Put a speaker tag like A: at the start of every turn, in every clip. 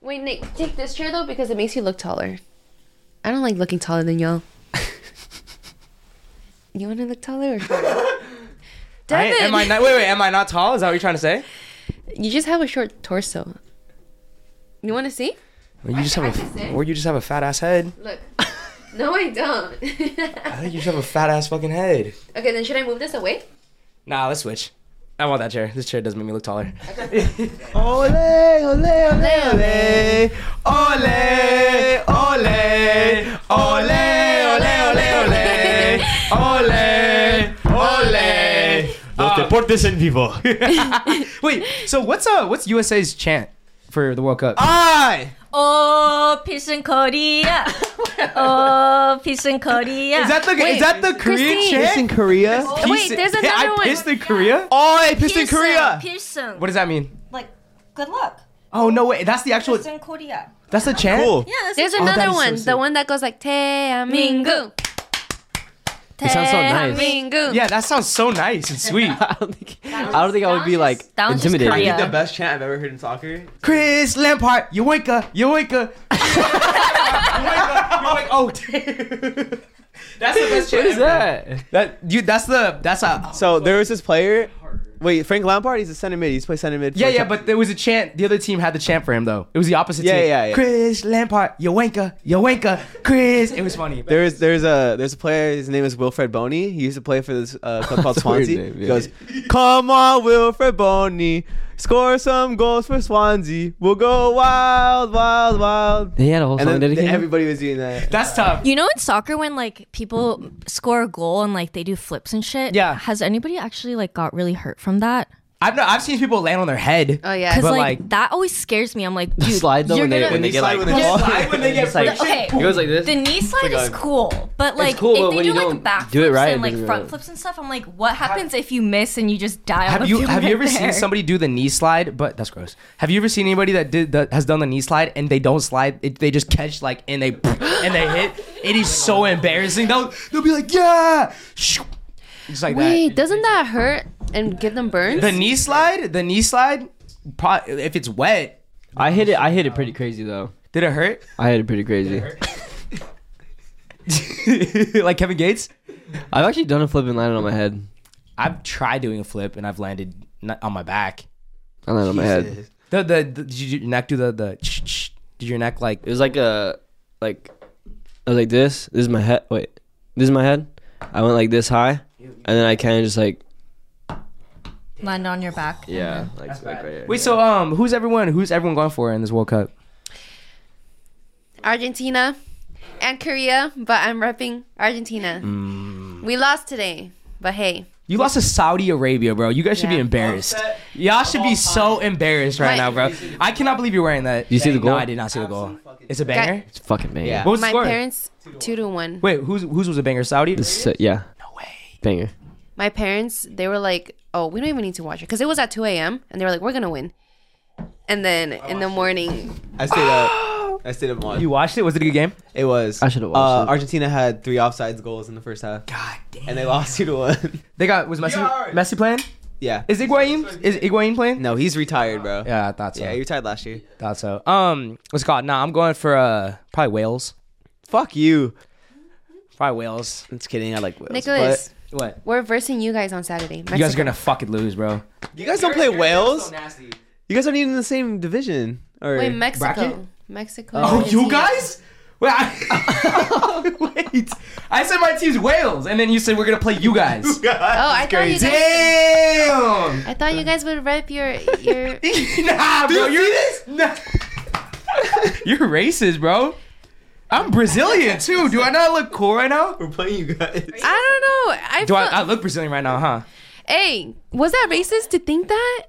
A: Wait, Nick, take this chair though because it makes you look taller. I don't like looking taller than y'all. you want to look taller? Or
B: I,
A: Devin,
B: am I not? Wait, wait. Am I not tall? Is that what you're trying to say?
A: you just have a short torso. You want to see?
B: Or you just
A: I
B: have
A: can say.
B: a, or you just have a fat ass head.
A: Look. no, I don't.
B: I think you just have a fat ass fucking head.
A: okay, then should I move this away?
B: Nah, let's switch. I want that chair. This chair does make me look taller.
C: Ole, ole, ole, ole.
B: Ole, ole, ole, ole, ole, ole, ole, ole. Ah.
C: Los deportes en vivo.
B: Wait, so what's uh what's USA's chant for the World Cup?
C: I.
D: Oh, peace in Korea. oh, peace in Korea.
B: Is that the is that the Korean
A: Christine.
C: Piss in
B: chant?
C: Korea.
A: Wait, there's
B: Yeah,
A: another
B: I
A: one.
B: pissed in Korea.
E: Oh,
C: Oi, piss in
D: peace
C: Korea.
D: Peace
B: What does that mean?
D: like good luck.
B: Oh no way, that's the actual
D: Peace in Korea.
B: that's the chant.
C: Cool.
D: Yeah, that's
A: There's
B: Oh, that
A: another
B: is so
A: one.
B: sick.
A: the one that goes like Teamingu.
E: It sounds so nice.
A: Teamingu.
B: Yeah, that sounds so nice and sweet.
E: I don't think I don't think I would be like
D: that was just
E: intimidated.
D: Korea.
C: The best chant I've ever heard in soccer.
B: Chris Lampard, Yoinka, Yoinka. Yoinka, Yoinka. Oh, dude. that's the best chant.
E: What is
B: ever.
E: that?
B: That dude, that's the that's a
C: So there was this player. Wait, Frank Lampard. He's a center mid. He's played center mid. for
B: yeah, yeah,
C: Chel-
B: but there was a chant. The other team had the chant for him though. It was the opposite
C: Yeah,
B: team.
C: yeah, yeah.
B: Chris Lampard, Yoinka, Yoinka, Chris. It was funny.
C: There is there's a there's a player. His name is Wilfred Boney. He used to play for this uh, club called
E: That's a weird
C: Swansea.
E: name,
C: He
E: yeah.
C: goes, "Come on, Wilfred Boney, score some goals for Swansea. We'll go wild, wild, wild."
E: They had a whole
C: And
E: song
C: then
E: dedicated.
C: everybody was doing that.
B: That's tough.
D: You know in soccer when like people score a goal and like they do flips and shit?
B: Yeah.
D: Has anybody actually like got really hurt from that?
B: I've no, I've seen people land on their head.
A: Oh, yeah.
D: Because
B: But,
D: like,
B: like-
D: that always scares me. I'm like, dude,
E: slide though
D: you're
E: when they
D: gonna-
E: when they get like
C: slide with the
E: this.
C: ball.
B: Slide when they get
E: It's like-
B: friction.
D: okay.
E: It goes like this.
D: The knee slide is cool, but like
E: cool, but
D: if they
E: when
D: do
E: you
D: like
E: don't
D: back
E: do it
D: flips
E: right, it
D: and like
E: doesn't
D: front
E: really-
D: flips and stuff, I'm like, what happens if you miss and you just die? on
B: Have
D: the
B: you
D: field
B: have you
D: right
B: ever seen
D: there?
B: somebody do the knee slide? But that's gross. Have you ever seen anybody that did that has done the knee slide and they don't slide? It, they just catch like and they and they hit. It is so embarrassing. They'll they'll be like yeah, Shoo. just like
A: Wait,
B: that.
A: doesn't that hurt and give them burns?
B: The knee slide, the knee slide. Pro- if it's wet,
E: I hit it. I hit it pretty crazy though.
B: did it hurt?
E: I hit it pretty crazy.
B: like Kevin Gates.
E: I've actually done a flip and landed on my head.
B: I've tried doing a flip and I've landed n- on my back.
E: I landed on my head.
B: The the, the did your neck do the the? ch- ch- Did your neck like?
E: It was like a like I was like this. This is my head. Wait, this is my head. I went like this high, and then I kind of just like
D: land on your back?
E: yeah, like, like right here.
B: Wait, so um, who's everyone? Who's everyone going for in this World Cup?
A: Argentina and Korea, but I'm repping Argentina.
B: Mm.
A: We lost today, but hey.
B: You lost to Saudi Arabia, bro. You guys should be
A: Yeah.
B: embarrassed. Y'all should be so embarrassed right
A: My-
B: now, bro. I cannot believe you're wearing that.
E: you see the
B: No,
E: goal?
B: I did not see the goal. It's a banger.
E: It's fucking man.
C: Yeah.
B: What was the
A: My
B: score?
A: parents, two to one.
B: Wait, whose whose was a banger? Saudi.
E: So, yeah. No way. Banger.
A: My parents, they were like, oh, we don't even need to watch it. Because it was at 2 a.m. And they were like, we're going to win. And then in the morning,
C: I stayed up. I stayed up
B: You
C: watching.
B: watched it? Was it a good game?
C: It was.
E: I should've watched
C: uh,
E: it.
C: Argentina had three offsides goals in the first half,
B: God damn.
C: and they lost two to one.
B: They got was Messi
C: Yeah.
B: Messi playing?
C: yeah.
B: Is Iguain is Iguain playing?
C: no, he's retired, bro.
B: Yeah, I thought so.
C: Yeah, he retired last year.
B: thought so. Um, what's it called? Nah, I'm going for uh probably Wales.
C: Fuck you.
B: Probably Wales.
C: Just kidding. I like Wales.
A: Nicholas,
B: What?
A: we're versing you guys on Saturday.
B: You guys are
A: Mexico.
B: gonna fucking lose, bro.
C: but- you guys don't play Wales. You guys aren't even in the same division. Or
A: Wait, Mexico.
B: Bracket?
A: Mexico.
B: Oh, you
A: Argentina.
B: guys? Wait, I, wait. I said my team's Wales, and then you said we're gonna play you guys.
A: Oh, I thought you guys.
B: Damn!
A: I thought you guys would rep your your.
B: nah, bro, you're this. Nah. you're racist, bro. I'm Brazilian too. Do I not look cool right now?
C: We're playing you guys.
A: I don't know. I,
B: Do I,
A: felt-
B: I look Brazilian right now, huh?
A: Hey, was that racist to think that?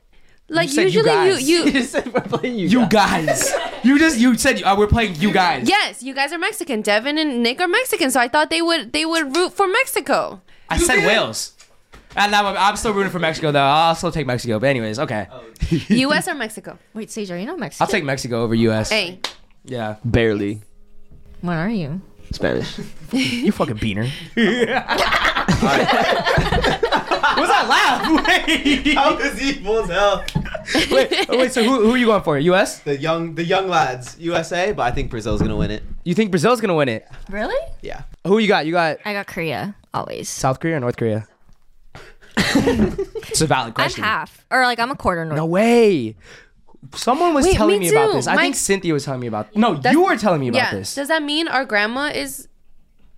A: Like
B: said you
A: usually you,
B: guys.
A: you
E: We're playing you.
B: You guys. you just you said uh, we're playing you guys.
A: yes, you guys are Mexican. Devin and Nick are Mexican, so I thought they would they would root for Mexico.
B: I said Wales. And I'm, I'm still rooting for Mexico though. I'll still take Mexico. But anyways, okay.
A: U.S. or Mexico?
D: Wait, Sage, are you not Mexican?
B: I'll take Mexico over US.
A: Hey,
B: Yeah.
E: Barely
D: What are you?
E: Spanish.
B: You fucking beaner. Was that laugh? Wait.
C: How is evil as hell?
B: wait, oh, wait. So who, who are you going for? U.S.
C: The young, the young lads, USA, but I think Brazil's gonna win it.
B: You think Brazil's gonna win it?
D: Really?
C: Yeah.
B: Who you got? You got
D: I got Korea always.
B: South Korea or North Korea? it's a valid
D: I'm
B: question.
D: half, or like I'm a quarter North.
B: No way. Someone was
A: Wait,
B: telling
A: me
B: me, about
A: too.
B: this. I
A: My-
B: think Cynthia was telling me about. No, you were telling me about
A: yeah.
B: this.
A: Does that mean our grandma is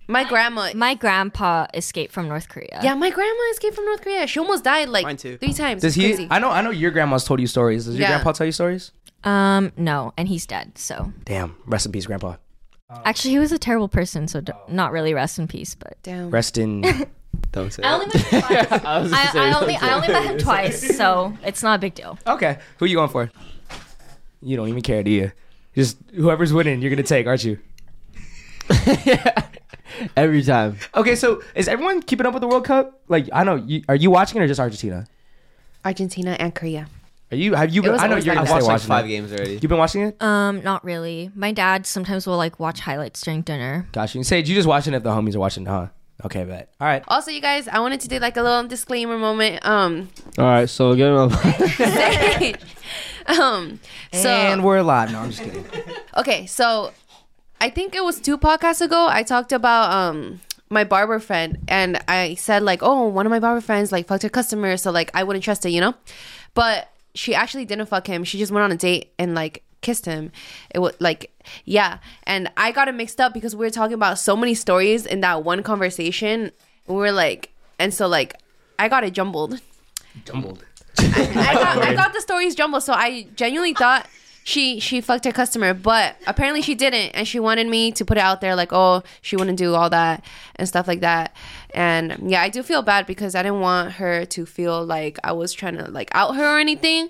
A: my grandma?
D: My grandpa escaped from North Korea.
A: yeah, my grandma escaped from North Korea. She almost died like
C: Mine too.
A: three times.
B: Does
A: It's
B: he?
A: Crazy.
B: I know. I know your grandma's told you stories. Does your
A: Yeah.
B: grandpa tell you stories?
D: Um, no, and he's dead. So
B: Damn. Rest in peace, grandpa.
D: actually, he was a terrible person. So d- not really rest in peace. But
A: Damn.
B: Rest in.
C: Don't say
D: I
C: that.
D: only met him twice. I, I only I only met him twice, so it's not a big deal.
B: okay. Who you going for? You don't even care, do you? Just whoever's winning, you're gonna take, aren't you?
E: Every time.
B: Okay. So is everyone keeping up with the World Cup? Like, I know. You, are you watching it or just Argentina?
A: Argentina and Korea.
B: Are you? Have you? Been,
A: was
B: I know
A: always
B: you're
A: like
B: gonna
C: I've
B: stay watching
C: watched like five
B: it.
C: games already.
B: You've been watching it?
D: Um, not really. My dad sometimes will like watch highlights during dinner.
B: Gotcha. You Sage, you just watching if the homies are watching, huh? Okay, bet. All right.
A: Also, you guys, I wanted to do like a little disclaimer moment. Um,
E: All right, so get another.
A: um, so
B: and we're live. No, I'm just kidding.
A: Okay, so I think it was two podcasts ago. I talked about um my barber friend, and I said like, oh, one of my barber friends like fucked her customer, so like I wouldn't trust it, you know. But she actually didn't fuck him. She just went on a date and like kissed him. It was like yeah, and I got it mixed up because we were talking about so many stories in that one conversation. We were like, and so like I got it jumbled.
B: Jumbled.
A: I got, I got the stories jumbled, so I genuinely thought she she fucked her customer, but apparently she didn't, and she wanted me to put it out there like, oh, she wouldn't do all that and stuff like that. And yeah, I do feel bad because I didn't want her to feel like I was trying to like out her or anything.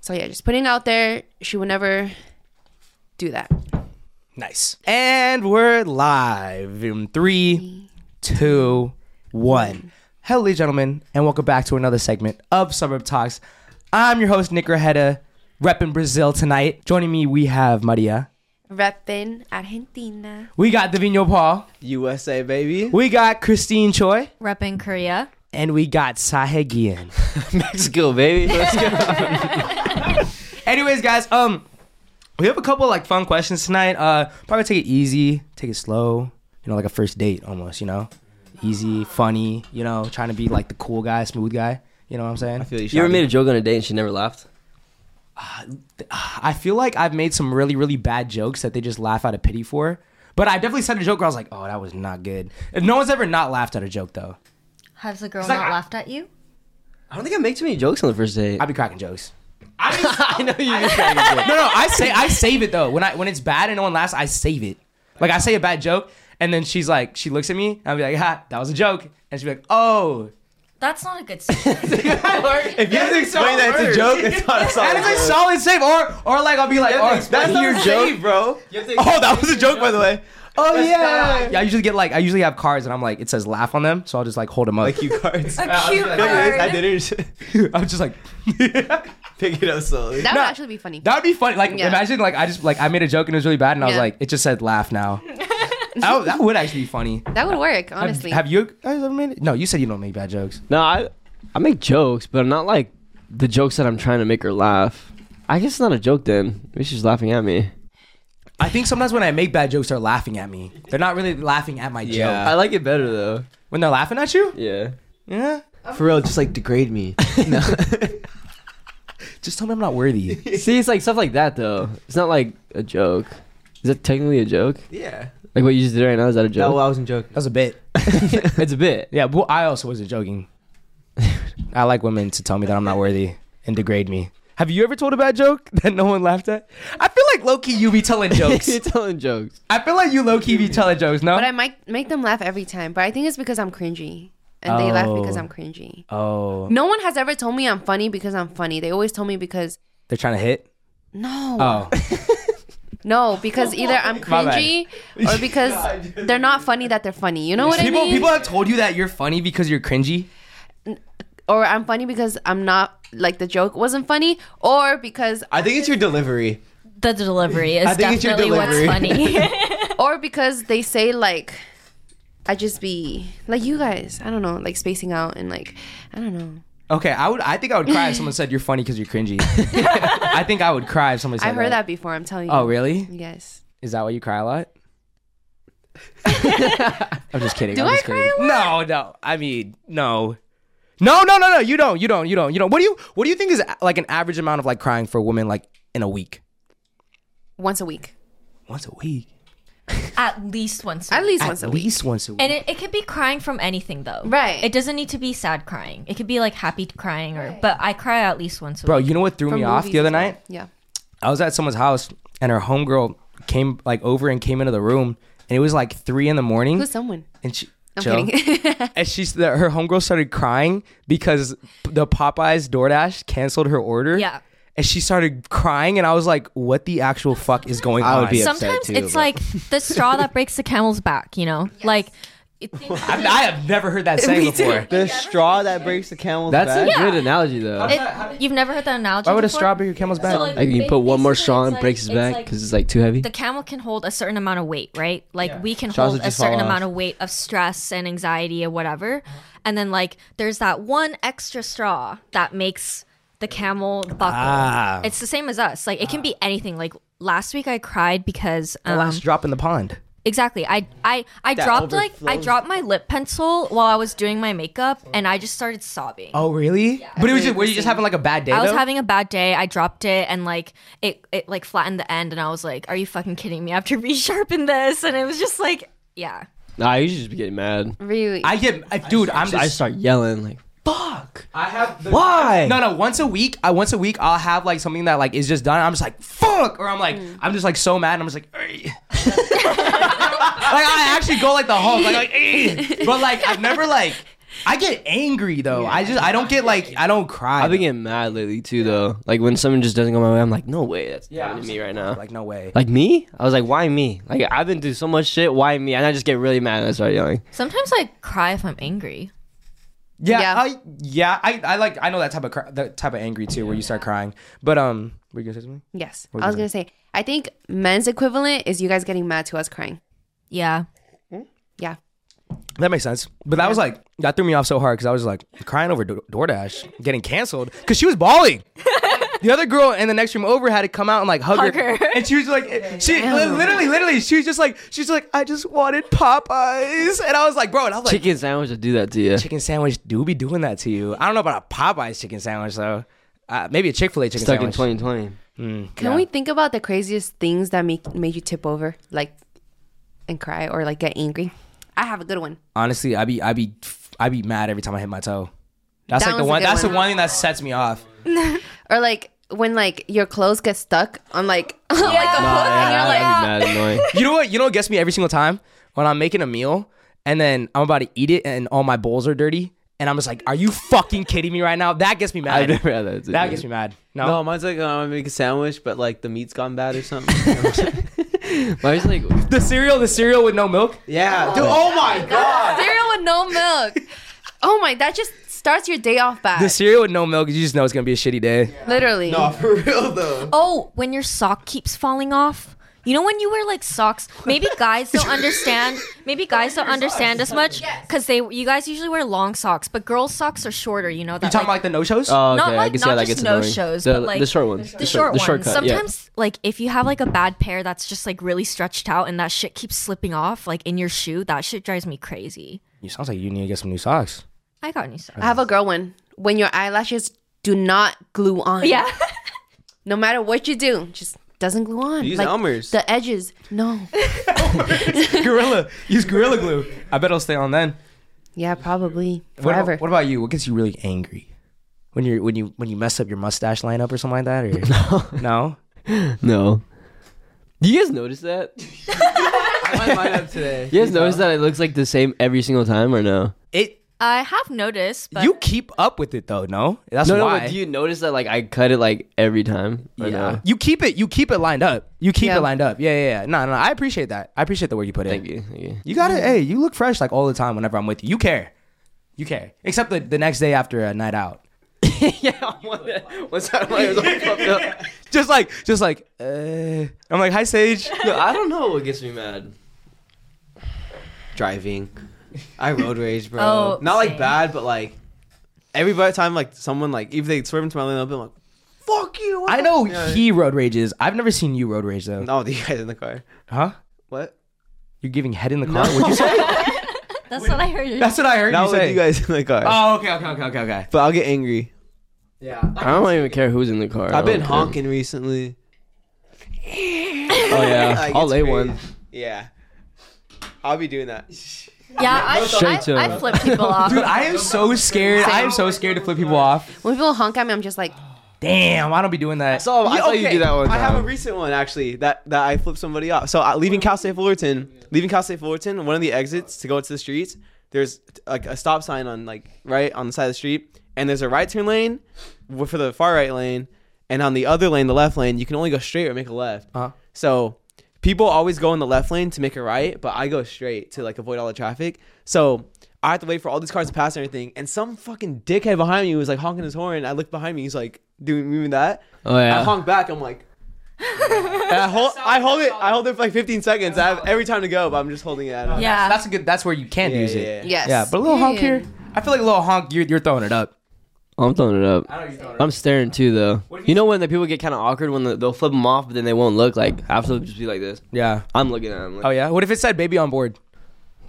A: So yeah, just putting it out there, she would never do that.
B: Nice. And we're live in three, two, one. Hello, ladies and gentlemen, and welcome back to another segment of Suburb Talks. I'm your host, Nick Rajeda, repping Brazil tonight. Joining me, we have Maria.
A: Reppin Argentina.
B: We got Davino Paul.
C: USA, baby.
B: We got Christine Choi.
D: Rep in Korea.
B: And we got Sahe Gian.
E: Mexico, baby. Let's go.
B: Anyways, guys, um, we have a couple like fun questions tonight. Uh, probably take it easy, take it slow. You know, like a first date almost. You know, easy, funny. You know, trying to be like the cool guy, smooth guy. You know what I'm saying? I
C: I feel you.
E: You ever
C: Shadi.
E: made a joke on a date and she never laughed?
B: feel like I've made some really, really bad jokes that they just laugh out of pity for. But I definitely said a joke where I was like, "Oh, that was not good." And no one's ever not laughed at a joke though.
D: Has the girl
B: like,
D: not
B: I-
D: laughed at you?
E: I don't think I make too many jokes on the first date.
B: I'd be cracking jokes.
E: I know you just trying to
B: no, no, I say I save it though. When I when it's bad and no one laughs, I save it. Like I say a bad joke, and then she's like, she looks at me, and I'll be like, ha, that was a joke, and she'll be like, oh.
D: That's not a good sign.
B: If you
C: Explain that it's a joke. It's not a
B: that is a solid
C: solid.
B: save, or or like I'll be like, oh,
C: That's
B: your
C: not a joke, bro. Oh, that was a joke, by the way.
B: Oh yeah. yeah. I usually get like I usually have cards, and I'm like, it says laugh on them, so I'll just like hold them up.
C: Like you cards.
D: Cute
C: Look at this, I
D: word.
C: didn't
B: I'm just like.
C: pick it up slowly.
A: That
B: No.
A: would actually be funny.
B: That would be funny. Like
A: Yeah.
B: imagine like I just like I made a joke and it was really bad and I was
A: Yeah.
B: like it just said laugh now. that, that would actually be funny.
A: that would work,
B: Have-
A: honestly.
B: Have, you guys ever made it? No, you said you don't make bad jokes.
E: No, I I make jokes, but I'm not like the jokes that I'm trying to make her laugh. I guess it's not a joke then. Maybe she's laughing at me.
B: I think sometimes when I make bad jokes, they're laughing at me. They're not really laughing at my
C: Yeah.
B: joke.
E: like it better though.
B: When they're laughing at you,
E: Yeah.
B: yeah.
C: For real, just like degrade me.
B: Just tell me I'm not worthy.
E: See, it's like stuff like that though. It's not like a joke. Is that technically a joke?
C: yeah.
E: Like what you just did right now? Is that a joke?
C: No, I wasn't joking.
B: That was a bit.
E: it's a bit.
B: Yeah, well, I also wasn't joking. I like women to tell me that I'm not worthy and degrade me. Have you ever told a bad joke that no one laughed at? I feel like low key you be telling jokes.
E: You're telling jokes.
B: I feel like you low key be telling jokes. No,
A: But I might make them laugh every time. But I think it's because I'm cringy. and they laugh because
B: Oh.
A: I'm cringy.
B: Oh,
A: No one has ever told me I'm funny because I'm funny. They always told me because
B: they're trying to hit.
A: no,
B: Oh,
A: no, because either I'm
B: My bad.
A: cringy or because they're not funny that they're funny. You know what
B: people
A: I mean?
B: people have told you that you're funny because you're cringy.
A: or I'm funny because I'm not like the joke wasn't funny, or because
C: I think it's your delivery.
D: The delivery is
C: think it's your
D: definitely what's funny.
A: or because they say like I just be like you guys. I don't know, like spacing out and like I don't know.
B: Okay, I would. I think I would cry if someone said you're funny because you're cringy. I think I would cry if somebody said
A: I heard that before. I'm telling you.
B: Oh, really?
A: Yes.
B: Is that why you cry a lot? I'm just kidding.
A: Do
B: I'm
A: I
B: just
A: cry
B: kidding. No, no. I mean, no. No, no, no, no. You don't. You don't. You don't. You don't. What do you what do you think is a- like an average amount of like crying for a woman like in a week?
A: Once a week.
B: Once a week.
D: At least once. a
A: At
D: week.
A: least
B: At
A: once a week.
B: least once a week.
D: And it, it could be crying from anything though.
A: Right.
D: It doesn't need to be sad crying. It could be like happy crying or but I cry at least once a
B: Bro,
D: week.
B: you know what threw
A: From
B: me off
A: movies
B: the other
A: as well.
B: night?
A: Yeah.
B: I was at someone's house and her homegirl came like over and came into the room and it was like three in the morning.
A: Who's someone?
B: and she
A: I'm
B: Jill.
A: kidding.
B: and she's the, her homegirl started crying because the Popeyes DoorDash canceled her order.
D: Yeah.
B: And she started crying, and I was like, "What the actual fuck is going on?"
C: would be upset
D: Sometimes
C: too,
D: it's
C: but-
D: like the straw that breaks the camel's back, you know? Like it,
B: I, I have never heard that saying before.
C: The straw that breaks the camel's
E: That's a
C: back.
D: Yeah.
E: good analogy though.
D: it- you've never heard that analogy.
B: Why would a
D: before?
B: strawberry camel's back?
D: So, like,
E: Like you
D: ba-
E: put one more
D: basically,
E: straw
D: it's
E: and
D: like-
E: breaks his
D: it's
E: back
D: like
E: because it's like too heavy.
D: the camel can hold a certain amount of weight, right? Like we can
C: Straws
D: hold
C: would
D: a
C: just fall
D: certain
C: off.
D: amount of weight of stress and anxiety or whatever. And then like there's that one extra straw that makes the camel buckle.
B: Ah.
D: It's the same as us. Like it can be anything. Like last week I cried because
B: the
D: um,
B: last drop in the pond.
D: exactly I I I dropped like I dropped my lip pencil while I was doing my makeup and I just started sobbing.
B: Oh, really? but it was just were you just having like a bad day?
D: I was
B: though?
D: having a bad day. I dropped it and like it, it like flattened the end, and I was like, "Are you fucking kidding me?" I have to resharpen this, and it was just like, yeah.
E: Nah, I usually just be getting mad.
A: really?
B: I get, I, dude. I'm
E: I
B: just.
E: start yelling like,
B: fuck. I have. The,
E: why?
B: No, no. Once a week, I once a week I'll have like something that like is just done. I'm just like fuck, or I'm like I'm just like so mad. And I'm just like. "Ey." like I actually go like the Hulk, like, like "Ey." but like I've never like I get angry though. I just I don't get like I don't cry.
E: I've been
B: though.
E: getting mad lately too though. Like when someone just doesn't go my way, I'm like, no way, that's happening to me right now. Like,
B: like no way.
E: me? I was like, why me? Like I've been through so much shit. Why me? And I just get really mad and I start yelling.
D: Sometimes I cry if I'm angry.
B: yeah,
A: Yeah.
B: I yeah I, I like I know that type of cry, that type of angry too where you start crying. But um, were you gonna say something?
A: yes. I was gonna say. I think men's equivalent is you guys getting mad to us crying.
D: Yeah,
A: Yeah.
B: That makes sense. But that was like that threw me off so hard because I was like crying over Do- DoorDash getting canceled because she was bawling. the other girl in the next room over had to come out and like hug, her. and she was like, she li- literally, literally, she was just like, she's like, I just wanted Popeyes, and I was like, bro, and I was like,
E: Chicken sandwich will do that to you.
B: chicken sandwich do be doing that to you. I don't know about a Popeyes chicken sandwich though. Uh, maybe a Chick Fil A chicken
E: Stuck in
B: sandwich.
E: 2020.
A: Can
B: Yeah.
A: we think about the craziest things that make made you tip over, like, and cry or like get angry? I have a good one.
B: Honestly, I be, I be, I be mad every time I hit my toe. That's
A: That
B: like the
A: one's a
B: one.
A: good
B: That's
A: one.
B: the one thing that sets me off.
A: Or like when like your clothes get stuck on like on, like a
E: Oh,
A: hook, and you're like,
E: yeah,
D: "Ah."
E: that'd be mad annoying.
B: You know what? You know what gets me every single time when I'm making a meal and then I'm about to eat it and all my bowls are dirty and I'm just like, "Are you fucking kidding me right now?" That gets me mad.
E: I've never had that.
B: that gets me mad. No,
C: No, mine's like uh, I'm gonna make a sandwich, but like the meat's gone bad or something.
E: Mine's like
B: the cereal, the cereal with no milk.
C: yeah, dude. Oh my god.
A: cereal with no milk. Oh my, that just starts your day off bad.
B: The cereal with no milk, you just know it's gonna be a shitty day.
A: Literally.
C: No, for real though.
D: Oh, when your sock keeps falling off. You know when you wear like socks, maybe guys don't understand. Maybe guys don't understand as much because they you guys usually wear long socks, but girls' socks are shorter. You know that.
B: You talking about like the no shows?
E: Oh, okay.
D: Not
E: I
D: like-
E: can see
D: not
E: how that
D: just
E: gets
D: no
E: annoying.
D: shows,
E: the,
D: but, like,
E: the short ones.
D: the short,
E: the
D: one.
E: shortcut. yeah.
D: Sometimes, like if you have like a bad pair that's just like really stretched out and that shit keeps slipping off, like in your shoe, that shit drives me crazy.
B: you sounds like you need to get some new socks.
D: I got new stuff.
A: I have a girl one. When your eyelashes do not glue on.
D: Yeah,
A: No matter what you do, just doesn't glue on.
C: Use Elmer's.
A: The edges. No.
B: gorilla, use gorilla glue. I bet it'll stay on then.
A: Yeah, probably.
B: What about-
A: Forever.
B: What, about you? What gets you really angry? When you when you when you mess up your mustache lineup or something like that, or no, no.
E: No. Do you guys notice that?
C: I had mine up today.
E: You guys notice that it looks like the same every single time or no?
B: It
D: I have noticed, but
B: you keep up with it though, no? That's
E: No, no.
B: why.
E: But do you notice that like I cut it like every time? or
B: yeah.
E: no?
B: You keep it. You keep it lined up. You keep
A: Yeah.
B: it lined up. Yeah, yeah, yeah. No, no. I appreciate that. I appreciate the work you put
E: Thank
B: in.
E: you. Thank you.
B: You got to Hey, you look fresh like all the time. Whenever I'm with you, you care. You care. Except the, the next day after a night out.
E: yeah. What's that? Like, it was all fucked up.
B: Just like, just like. Uh, I'm like, hi, Sage.
E: No, I don't know what gets me mad. Driving.
C: I road rage, bro.
D: Oh,
C: Not like
D: same.
C: bad, but like every bu- time like someone like if they swerve into my lane, I'll be like, "Fuck you!" what
B: I
C: the-"
B: know
C: Yeah.
B: he road rages. I've never seen you road rage though.
C: No, "Oh, the guys in the car.
B: Huh?
C: What?
B: You're giving head in the car. Would you say?
D: that's what I heard.
B: That's what I heard
C: Not
B: you
C: with
B: say.
C: you Ah. guys in the car.
B: Oh, okay, okay, okay, okay, okay.
C: But I'll get angry. Oh,
E: I don't even care who's in the car. I
C: I've been
E: don't care.
C: honking recently.
E: Oh yeah.
C: Like,
E: I'll
C: it's
E: lay
C: crazy.
E: one.
C: Yeah. I'll be doing that.
D: yeah, I,
E: Straight
D: I,
E: to-
D: I flip people off.
B: Dude, I am so scared. I am so scared to flip people off.
A: When people honk at me, I'm just like,
B: Oh, Damn, I don't be doing that.
E: So I
C: Yeah,
E: saw you do that one
C: I have a
E: time.
C: recent one actually that, that I flipped somebody off. So uh, leaving Cal State Fullerton, leaving Cal State Fullerton, one of the exits to go into the streets. There's like a stop sign on like right on the side of the street, and there's a right turn lane w- for the far right lane, and on the other lane, the left lane, you can only go straight or make a left.
B: Uh-huh.
C: So people always go in the left lane to make a right, but I go straight to like avoid all the traffic. So I have to wait for all these cars to pass and everything. And some fucking dickhead behind me was like honking his horn. I look behind me, he's like doing moving that.
E: Oh, yeah.
C: I honk back. I'm like, and I hold, I hold it, I hold it for like 15 seconds. I have every time to go, but I'm just holding it. Out.
D: Oh. yeah,
B: that's a good. That's where you can
C: Yeah,
B: use
C: yeah,
B: it.
C: yeah.
A: yes.
B: Yeah, but a little honk
A: Yeah.
B: here. I feel like a little honk. You're, you're throwing it up.
E: I'm throwing it up. I'm staring too, though. You, know when the people get kind of awkward when the, they'll flip them off, but then they won't look like after they'll just be like this.
B: Yeah.
E: I'm looking at them. Like,
B: Oh yeah. What if it said baby on board?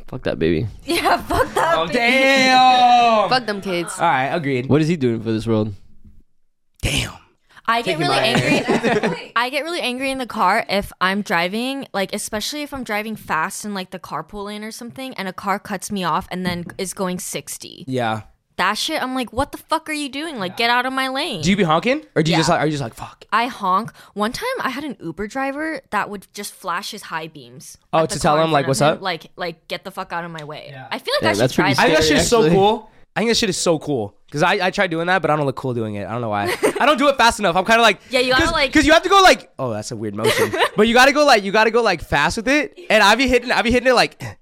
E: Fuck that baby.
D: yeah. Fuck that.
B: Oh damn. All
A: Fuck them kids.
B: right, agreed.
E: What is he doing for this world?
B: Damn.
D: I get really angry. I get really angry in the car if I'm driving, like especially if I'm driving fast in like the carpool lane or something, and a car cuts me off and then is going sixty.
B: Yeah.
D: That shit, I'm like, what the fuck are you doing? Like, get out of my lane.
B: Do you be honking, or do you just like? Are you just like fuck?
D: I honk. One time, I had an Uber driver that would just flash his high beams.
B: Oh,
D: at the
B: to tell
D: car in
B: him, like,
D: front
B: what's
D: of
B: up?
D: Like, like get the fuck out of my way. I feel like
E: Yeah,
D: I should
E: that's
D: try
E: pretty
B: I think
D: that.
B: that
E: Scary,
B: shit's so
E: actually.
B: cool. I think that shit is so cool. Cause I, I tried doing that, but I don't look cool doing it. I don't know why. I don't do it fast enough. I'm kind of like
D: Yeah, you gotta,
B: cause,
D: like-
B: because you have to go like oh that's a weird motion, but you gotta go like you gotta go like fast with it, and I be hitting I be hitting it like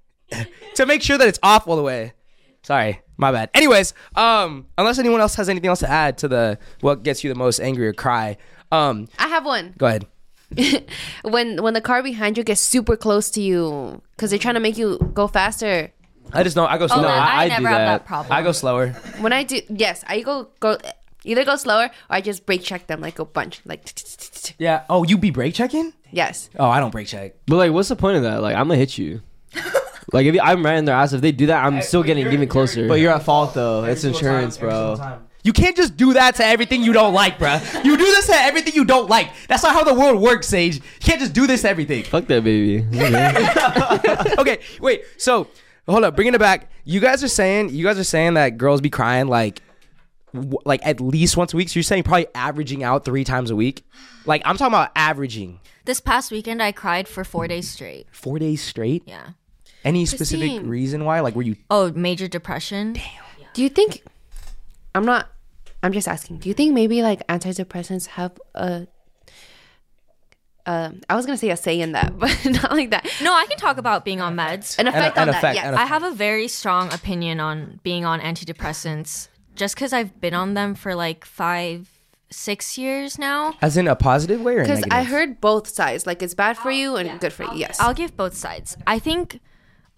B: to make sure that it's off all the way. Sorry, my bad. Anyways, um, unless anyone else has anything else to add to the what gets you the most angry or cry, um,
A: I have one.
B: go ahead.
A: When when the car behind you gets super close to you because they're trying to make you go faster.
B: I just know I go slower.
D: Oh, no, I
B: I,
D: never
B: do
D: have
B: that.
D: that problem.
B: I go slower.
A: When I do, yes, I go go either go slower or I just brake check them like a bunch. Like
B: Yeah. Oh, you be brake checking?
A: yes,
B: Oh, I don't brake check.
E: But like, what's the point of that? Like, I'm gonna hit you. like, if you, I'm right in their ass, if they do that, I'm still getting even closer.
C: But you're at fault though. It's insurance, bro.
B: You can't just do that to everything you don't like, bruh. You do this to everything you don't like. That's not how the world works, Sage. You can't just do this to everything.
E: fuck that baby. Okay.
B: okay, wait. So, hold up. Bringing it back. You guys are saying you guys are saying that girls be crying like, w- like at least once a week. So you're saying probably averaging out three times a week. Like I'm talking about averaging
D: This past weekend, I cried for four days straight.
B: four days straight.
D: Yeah.
B: Any specific
A: Christine.
B: reason why? Like were you?
D: Oh, major depression.
A: Do you think I'm not I'm just asking. Do you think maybe like antidepressants have a uh, I was gonna say a say in that, but not like that.
D: No, I can talk about being on meds.
A: An effect
B: an
A: on that.
B: effect,
A: Yes.
B: an
D: I have a very strong opinion on being on antidepressants just because I've been on them for like five, six years now.
B: As in a positive way or a
A: Because
B: negative?
A: I heard both sides. Like it's bad for you and good for you. Yes.
D: I'll give both sides. I think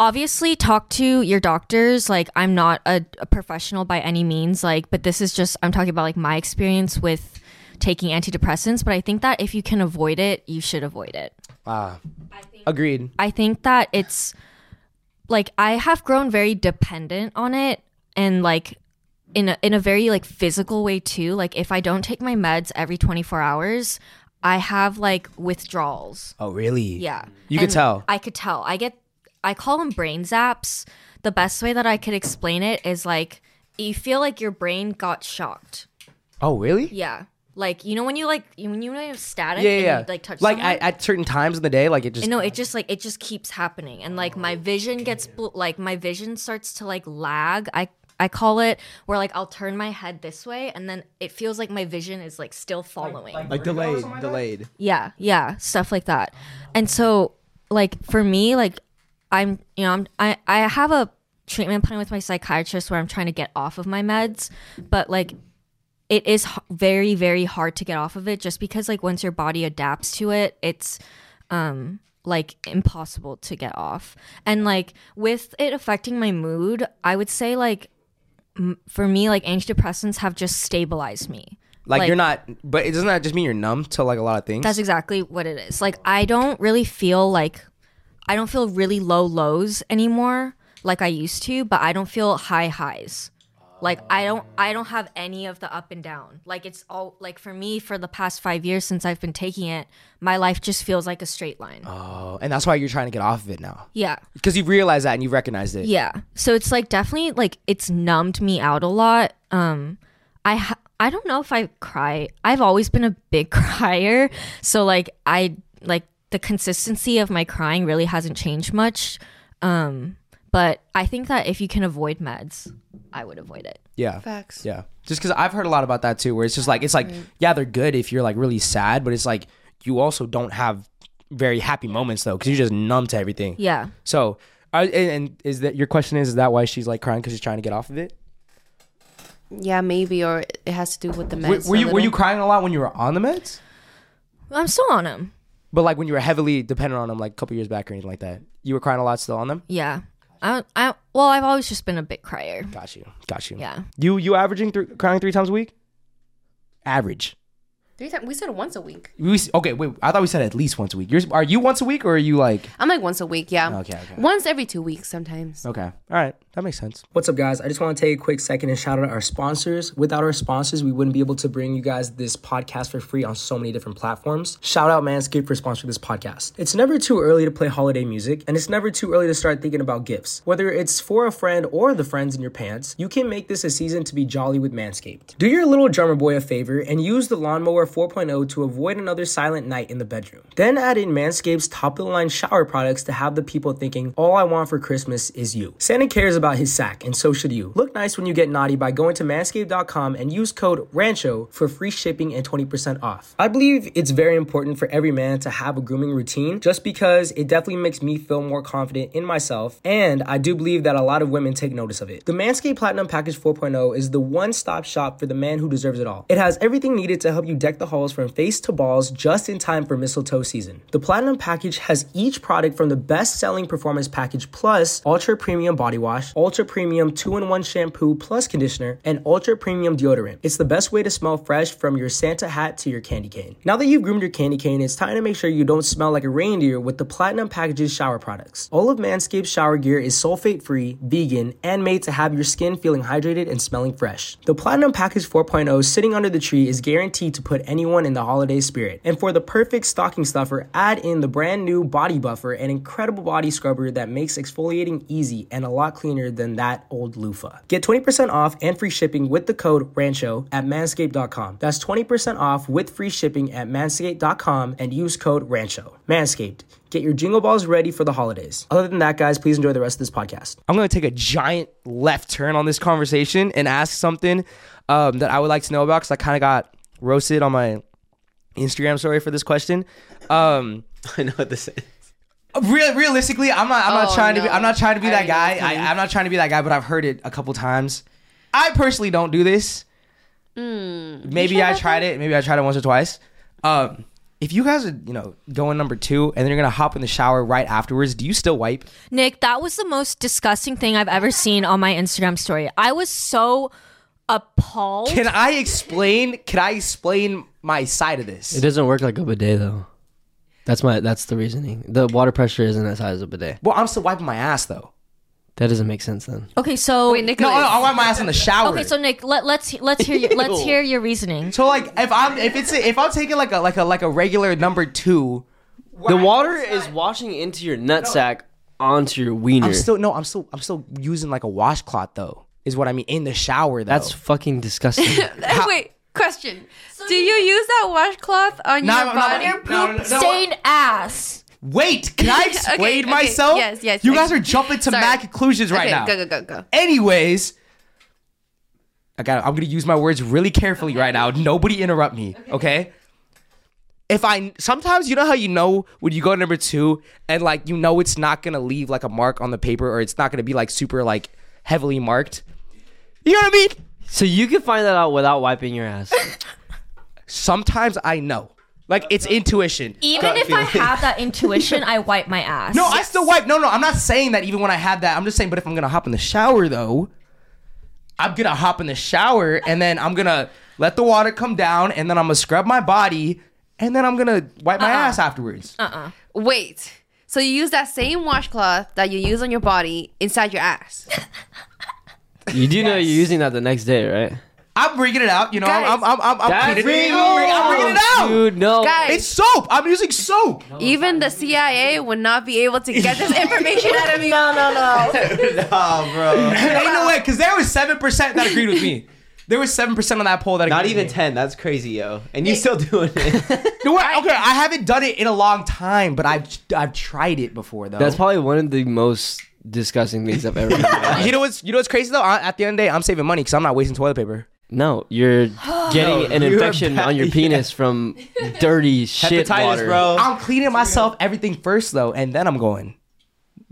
D: obviously talk to your doctors. Like I'm not a, a professional by any means, like, but this is just I'm talking about like my experience with taking antidepressants, but I think that if you can avoid it, you should avoid it.
B: Wow. Agreed.
D: I think that it's like I have grown very dependent on it and like in a, in a very like physical way too. Like if I don't take my meds every 24 hours, I have like withdrawals.
B: Oh really?
D: Yeah.
B: You could
D: And
B: tell.
D: I could tell. I get I call them brain zaps. The best way that I could explain it is like you feel like your brain got shocked.
B: Oh really?
D: Yeah. Like you know when you like you- when you know you have static
B: yeah,
D: and
B: yeah.
D: you like touch
B: like
D: someone?
B: at, at certain times in the day, like it just
D: no it just like it just keeps happening and like my vision gets bl- like my vision starts to like lag i I call it where like I'll turn my head this way and then it feels like my vision is like still following.
C: Like delayed, delayed.
D: Yeah, yeah, stuff like that. And so like for me like I'm you know I'm I I have a treatment plan with my psychiatrist where I'm trying to get off of my meds, but like it is h- very very hard to get off of it just because like once your body adapts to it, it's um like impossible to get off. And like with it affecting my mood, I would say like m- for me like antidepressants have just stabilized me.
B: Like,
D: Like-
B: you're not, but it doesn't that just mean you're numb to like a lot of things.
D: That's exactly what it is. Like I don't really feel like I don't feel really low lows anymore like I used to, but I don't feel high highs. Like I don't I don't have any of the up and down. Like it's all like for me for the past 5 years since I've been taking it, my life just feels like a straight line.
B: oh, and that's why you're trying to get off of it now
D: Yeah.
B: because you've realized that and you've recognized it.
D: Yeah. So it's like definitely like it's numbed me out a lot. Um I ha- I don't know if I cry. I've always been a big crier. So like I like the consistency of my crying really hasn't changed much. Um but I think that if you can avoid meds, I would avoid it.
B: Yeah.
A: Facts.
B: Yeah. Just because I've heard a lot about that too, where it's just like, it's like, yeah, they're good if you're like really sad, but it's like, you also don't have very happy moments though, because you're just numb to everything.
D: Yeah.
B: So, I, and, and is that your question is, is that why she's like crying because she's trying to get off of it?
A: Yeah, maybe, or it has to do with the
B: Were,
A: meds.
B: were
A: a
B: you were you
A: little.
B: crying a lot when you were on the meds?
D: I'm still on them.
B: But like when you were heavily dependent on them, like a couple years back or anything like that, you were crying a lot still on them.
D: Yeah. I I well, I've always just been a big crier.
B: Got you, got you.
D: Yeah.
B: You you averaging three, crying three times a week? Average.
A: Three times. We said once a week.
B: We s- okay. Wait, I thought we said at least once a week. You're, are you once a week or are you like?
A: I'm like once a week. Yeah.
B: Okay, okay.
A: Once every two weeks sometimes.
B: Okay, all right, that makes sense.
F: What's up, guys? I just want to take a quick second and shout out our sponsors. Without our sponsors, we wouldn't be able to bring you guys this podcast for free on so many different platforms. Shout out Manscaped for sponsoring this podcast. It's never too early to play holiday music, and it's never too early to start thinking about gifts. Whether it's for a friend or the friends in your pants, you can make this a season to be jolly with Manscaped. Do your little drummer boy a favor and use the Lawnmower 4.0 to avoid another silent night in the bedroom. Then add in Manscaped's top of the line shower products to have the people thinking, all I want for Christmas is you. Santa cares about his sack, and so should you. Look nice when you get naughty by going to manscaped.com and use code RANCHO for free shipping and 20% off. I believe it's very important for every man to have a grooming routine just because it definitely makes me feel more confident in myself, and I do believe that a lot of women take notice of it. The Manscaped Platinum Package 4.0 is the one stop shop for the man who deserves it all. It has everything needed to help you deck the halls from face to balls just in time for mistletoe season. The Platinum Package has each product from the best selling performance package plus ultra premium body wash, ultra premium 2 in 1 shampoo plus conditioner, and ultra premium deodorant. It's the best way to smell fresh from your Santa hat to your candy cane. Now that you've groomed your candy cane, it's time to make sure you don't smell like a reindeer with the Platinum Package's shower products. All of Manscaped's shower gear is sulfate free, vegan, and made to have your skin feeling hydrated and smelling fresh. The Platinum Package 4.0 sitting under the tree is guaranteed to put anyone in the holiday spirit. And for the perfect stocking stuffer, add in the brand new Body Buffer, an incredible body scrubber that makes exfoliating easy and a lot cleaner than that old loofah. Get 20% off and free shipping with the code RANCHO at manscaped.com. That's 20% off with free shipping at manscaped.com and use code RANCHO. Manscaped. Get your jingle balls ready for the holidays. Other than that, guys, please enjoy the rest of this podcast.
B: I'm going to take a giant left turn on this conversation and ask something um, that I would like to know about because I kind of got roasted on my Instagram story for this question. Um,
C: I know what this is.
B: real, realistically, I'm not. I'm not
A: Oh,
B: trying to be.
A: no.
B: I'm not trying to be
A: I
B: that
A: already know
B: guy.
A: what's
B: I, I'm not trying to be that guy, but I've heard it a couple times. I personally don't do this.
A: Hmm.
B: Maybe I tried it. Maybe I tried it once or twice. Um, if you guys are, you know, going number two, and then you're gonna hop in the shower right afterwards, do you still wipe?
D: Nick, that was the most disgusting thing I've ever seen on my Instagram story. I was so appalled.
B: Can I explain? Can I explain my side of this?
E: It doesn't work like a bidet though. That's my. That's the reasoning. The water pressure isn't as high as a bidet.
B: Well, I'm still wiping my ass though.
E: That doesn't make sense then.
D: Okay, so
A: Wait,
B: No,
A: Nicholas.
B: no, I wipe my ass in the shower.
D: Okay, so Nick, let, let's let's hear your, let's hear your reasoning.
B: so like if I'm if it's if I'm taking like a like a like a regular number two,
E: The water is washing into your nutsack onto your wiener.
B: I'm still no, I'm still I'm still using like a washcloth though. Is what I mean in the shower though.
E: that's fucking disgusting.
A: Wait, question. do you use that washcloth on
B: No,
A: your
B: no, no,
A: body?
B: no, no, no, no.
D: Stained ass.
B: Wait, can I
A: Okay,
B: explain
A: okay,
B: myself?
A: yes, yes,
B: You
A: yes.
B: guys are jumping to
A: Sorry.
B: mad conclusions right
A: okay,
B: now.
A: Go go go go.
B: Anyways, I got. I'm gonna use my words really carefully right now. Nobody interrupt me, okay? If I sometimes you know how you know when you go to number two and like you know it's not gonna leave like a mark on the paper or it's not gonna be like super like heavily marked. You know what I mean?
E: So you can find that out without wiping your ass.
B: Sometimes I know, like it's intuition.
D: Even if I have that intuition, I wipe my ass.
B: No, I still wipe. No, no, I'm not saying that even when I have that. I'm just saying, but if I'm gonna hop in the shower though, I'm gonna hop in the shower and then I'm gonna let the water come down and then I'm gonna scrub my body and then I'm gonna wipe my ass afterwards.
A: Wait. So you use that same washcloth that you use on your body inside your ass.
E: You do know you're using that the next day, right?
B: I'm bringing it out, you know. I'm, I'm, I'm, I'm, I'm,
E: That's
B: cleaning it. I'm bringing it out.
E: Dude, no.
A: Guys.
B: It's soap. I'm using soap.
A: Even the CIA would not be able to get this information out of me.
B: No, no, no.
C: Oh, bro.
B: Ain't no way, because there was seven percent that agreed with me. There was seven percent on that poll that agreed
C: Not
B: with
C: even
B: me.
C: 10. That's crazy, yo. And you still doing it.
B: You know what? Okay, I haven't done it in a long time, but I've I've tried it before though.
E: That's probably one of the most disgusting things I've ever. heard.
B: You know what's you know what's crazy though? I, at the end of the day, I'm saving money because I'm not wasting toilet paper.
E: No, you're getting an
C: you are
E: infection
C: bad-
E: on your
C: yeah.
E: penis from dirty shit
C: Hepatitis,
E: water.
C: bro.
B: I'm cleaning myself everything first though, and then I'm going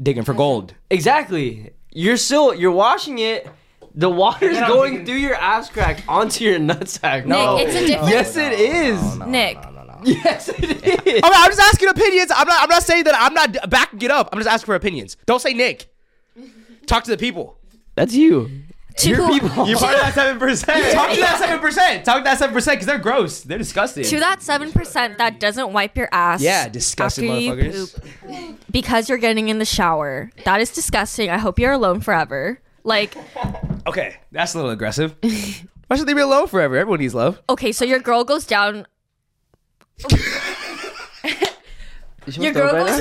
B: digging for gold.
E: Exactly. You're still you're washing it. The water's
B: I'm
E: going
B: thinking-
E: through your ass crack onto your nutsack. No,
D: Nick, it's a different.
E: yes, it is.
D: Nick,
E: Yes, it is.
B: All right, I'm just asking opinions. I'm not I'm not saying that I'm not backing it up. I'm just asking for opinions. Don't say Nick. Talk to the people.
E: That's you.
D: to
E: Your
D: who-
E: people.
C: You're part of that 7%.
B: Talk to that seven percent. Talk to that seven percent because they're gross. They're disgusting.
D: to that seven percent that doesn't wipe your ass.
B: yeah, disgusting
D: after you
B: motherfuckers.
D: poop because you're getting in the shower. That is disgusting. I hope you're alone forever. Like,
B: Okay, that's a little aggressive. Why should they be alone forever? Everyone needs love.
D: okay, so your girl goes down. Your girl goes.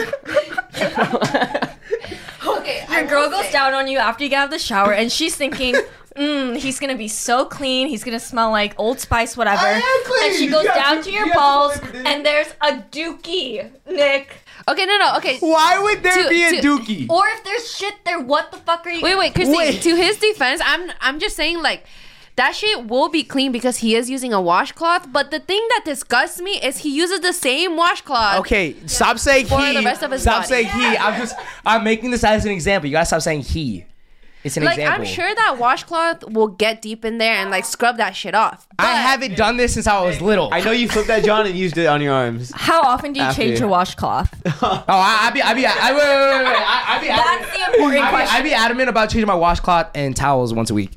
A: Okay.
D: Your girl goes down on you after you get out of the shower, and she's thinking, mm, he's gonna be so clean. He's gonna smell like Old Spice, whatever." And she goes down to your balls, and there's a dookie, Nick.
A: Okay. No. No. Okay.
B: Why would there
A: To-
B: be
A: to-
B: a dookie?
D: Or if there's shit there, what the fuck are you?
A: Wait. Wait. Christine.
B: Wait.
A: To his defense, I'm. I'm just saying like. That shit will be clean because he is using a washcloth. But the thing that disgusts me is he uses the same washcloth.
B: Okay, stop saying
A: For
B: he.
A: the rest of his
B: stop
A: body.
B: saying he. I'm just. I'm making this as an example. You gotta stop saying he. It's an
A: Like
B: example.
A: I'm sure that washcloth will get deep in there and like scrub that shit off.
B: I
A: But-
B: haven't done this since I was little.
C: I know you flipped that John and used it on your arms.
D: How often do you
C: After
D: change
C: you.
D: your washcloth?
B: oh, I, I be. I be. I, wait, wait, wait, wait. I, I be.
D: That's
B: adamant-
D: the important
B: I be, I
D: question.
B: be adamant about changing my washcloth and towels once a week.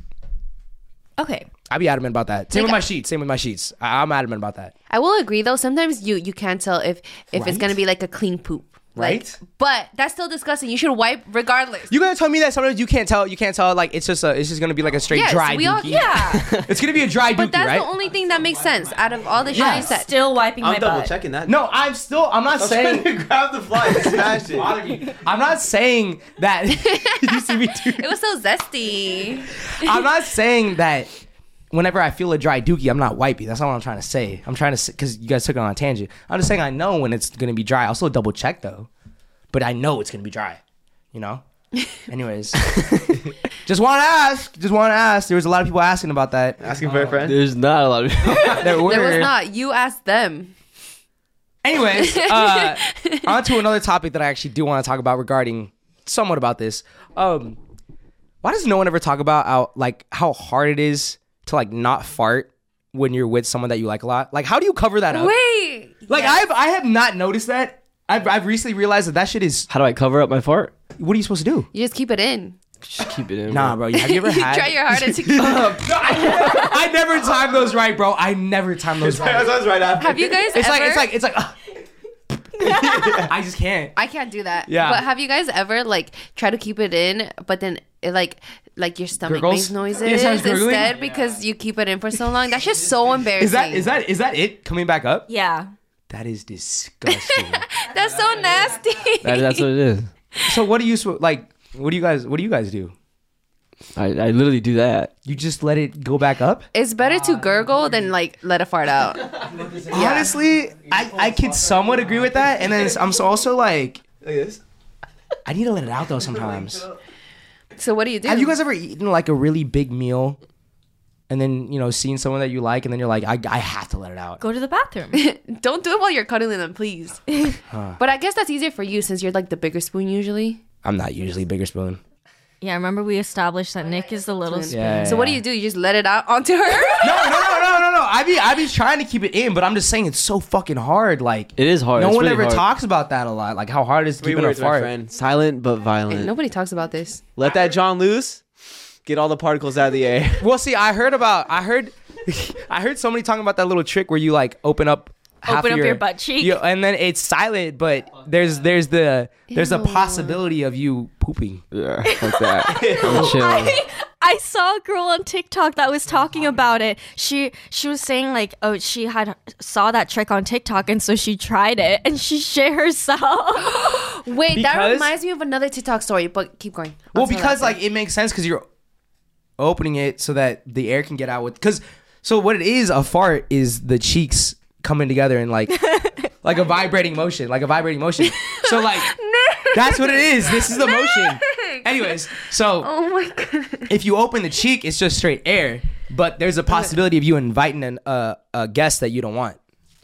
D: Okay.
B: I be adamant about that. Same with
A: Like,
B: my sheets. Same with my sheets. I, I'm adamant about that.
A: I will agree though. Sometimes you you can't tell if if it's
B: Right?
A: gonna be like a clean poop, Like,
B: Right?
A: but that's still disgusting. You should wipe regardless.
B: You gonna tell me that sometimes you can't tell? You can't tell. Like it's just a. It's just gonna be like a straight
A: Yes,
B: dry
A: we
B: dookie.
A: all- yeah.
B: it's gonna be a dry
A: but
B: dookie,
A: that's
B: right?
A: the only thing that makes sense out of all the shit I
D: I'm
A: said.
D: still wiping my
C: I'm double
D: butt.
C: checking that.
B: no, I'm still. I'm not
C: Trying
B: saying.
C: to grab the fly and smash it.
B: I'm not saying that. you see me too.
A: it was so zesty.
B: I'm not saying that whenever I feel a dry dookie, I'm not wipey. That's not what I'm trying to say. I'm trying to because you guys took it on a tangent. I'm just saying I know when it's gonna be dry. I'll still double check though, but I know it's gonna be dry. You know. Anyways, just want to ask. Just want to ask. There was a lot of people asking about that.
C: Asking for a friend.
E: There's not a lot of.
B: There were.
A: There was not. You asked them.
B: Anyways, uh, on to another topic that I actually do want to talk about regarding somewhat about this. Um, why does no one ever talk about how like how hard it is to like not fart when you're with someone that you like a lot? Like, how do you cover that up?
A: Wait.
B: like, I've I have not noticed that. I've, I've recently realized that that shit is.
E: How do I cover up my fart?
B: What are you supposed to do?
A: You just keep it in.
E: Just keep it in.
B: Nah,
E: bro.
B: bro. Have you ever
A: You
B: had?
A: try your hardest to keep it.
B: I never time those right, bro. I never time those right.
C: That's what I was right after.
A: Have you guys
B: It's
A: ever?
B: like it's like it's like. ah. I just can't.
A: I can't do that.
B: Yeah.
A: But have you guys ever like try to keep it in, but then it like like your stomach
B: Gurgles?
A: makes noises
B: It starts gurgling?
A: instead because you keep it in for so long? That's just so embarrassing.
B: Is that is that is that it coming back up?
D: Yeah.
B: That is disgusting.
A: That's so nasty.
E: that's what it is.
B: so what do you sw- like? What do you guys? What do you guys do?
E: I, I literally do that.
B: You just let it go back up?
A: it's better to gurgle than like let a fart out.
B: Honestly, I I could somewhat agree with that, and then it's, I'm so also like.
C: Like this.
B: I need to let it out though sometimes.
A: So what do you do?
B: Have you guys ever eaten like a really big meal and then you know seeing someone that you like, and then you're like, I, I have to let it out.
D: Go to the bathroom.
A: Don't do it while you're cuddling them, please. but I guess that's easier for you since you're like the bigger spoon usually.
B: I'm not usually bigger spoon.
D: yeah, remember we established that Nick is the little spoon.
B: Yeah.
A: So what do you do? You just let it out onto her?
B: No, no, no, no, no, no. I be I be trying to keep it in, but I'm just saying it's so fucking hard. Like
E: It is hard.
B: No
E: It's
B: one
E: really
B: ever
E: hard.
B: talks about that a lot. Like how hard it is to
C: Three
B: keep it
C: words, my
B: apart.
C: friend. Silent but violent.
A: Nobody talks about this.
C: Let that John loose. Get all the particles out of the air.
B: Well, see, I heard about, I heard, I heard somebody talking about that little trick where you like open up, half
D: Open
B: of
D: up your butt cheek.
B: you- and then it's silent, but there's there's the there's a possibility of you pooping.
E: Yeah, like that. I'm chill.
D: I, I saw a girl on TikTok that was talking about it. She she was saying like, oh, she had saw that trick on TikTok and so she tried it and she shit herself.
A: Wait, that
B: Because-
A: reminds me of another TikTok story, but keep going. I'll
B: Well,
A: tell
B: because
A: that.
B: like it makes sense because you're opening it so that the air can get out with. Because so what it is, a fart is the cheeks coming together and like like a vibrating motion, like a vibrating motion. So like that's what it is. This is the motion. Anyways, so
A: Oh my god.
B: if you open the cheek, it's just straight air. But there's a possibility of you inviting an, uh, a guest that you don't want.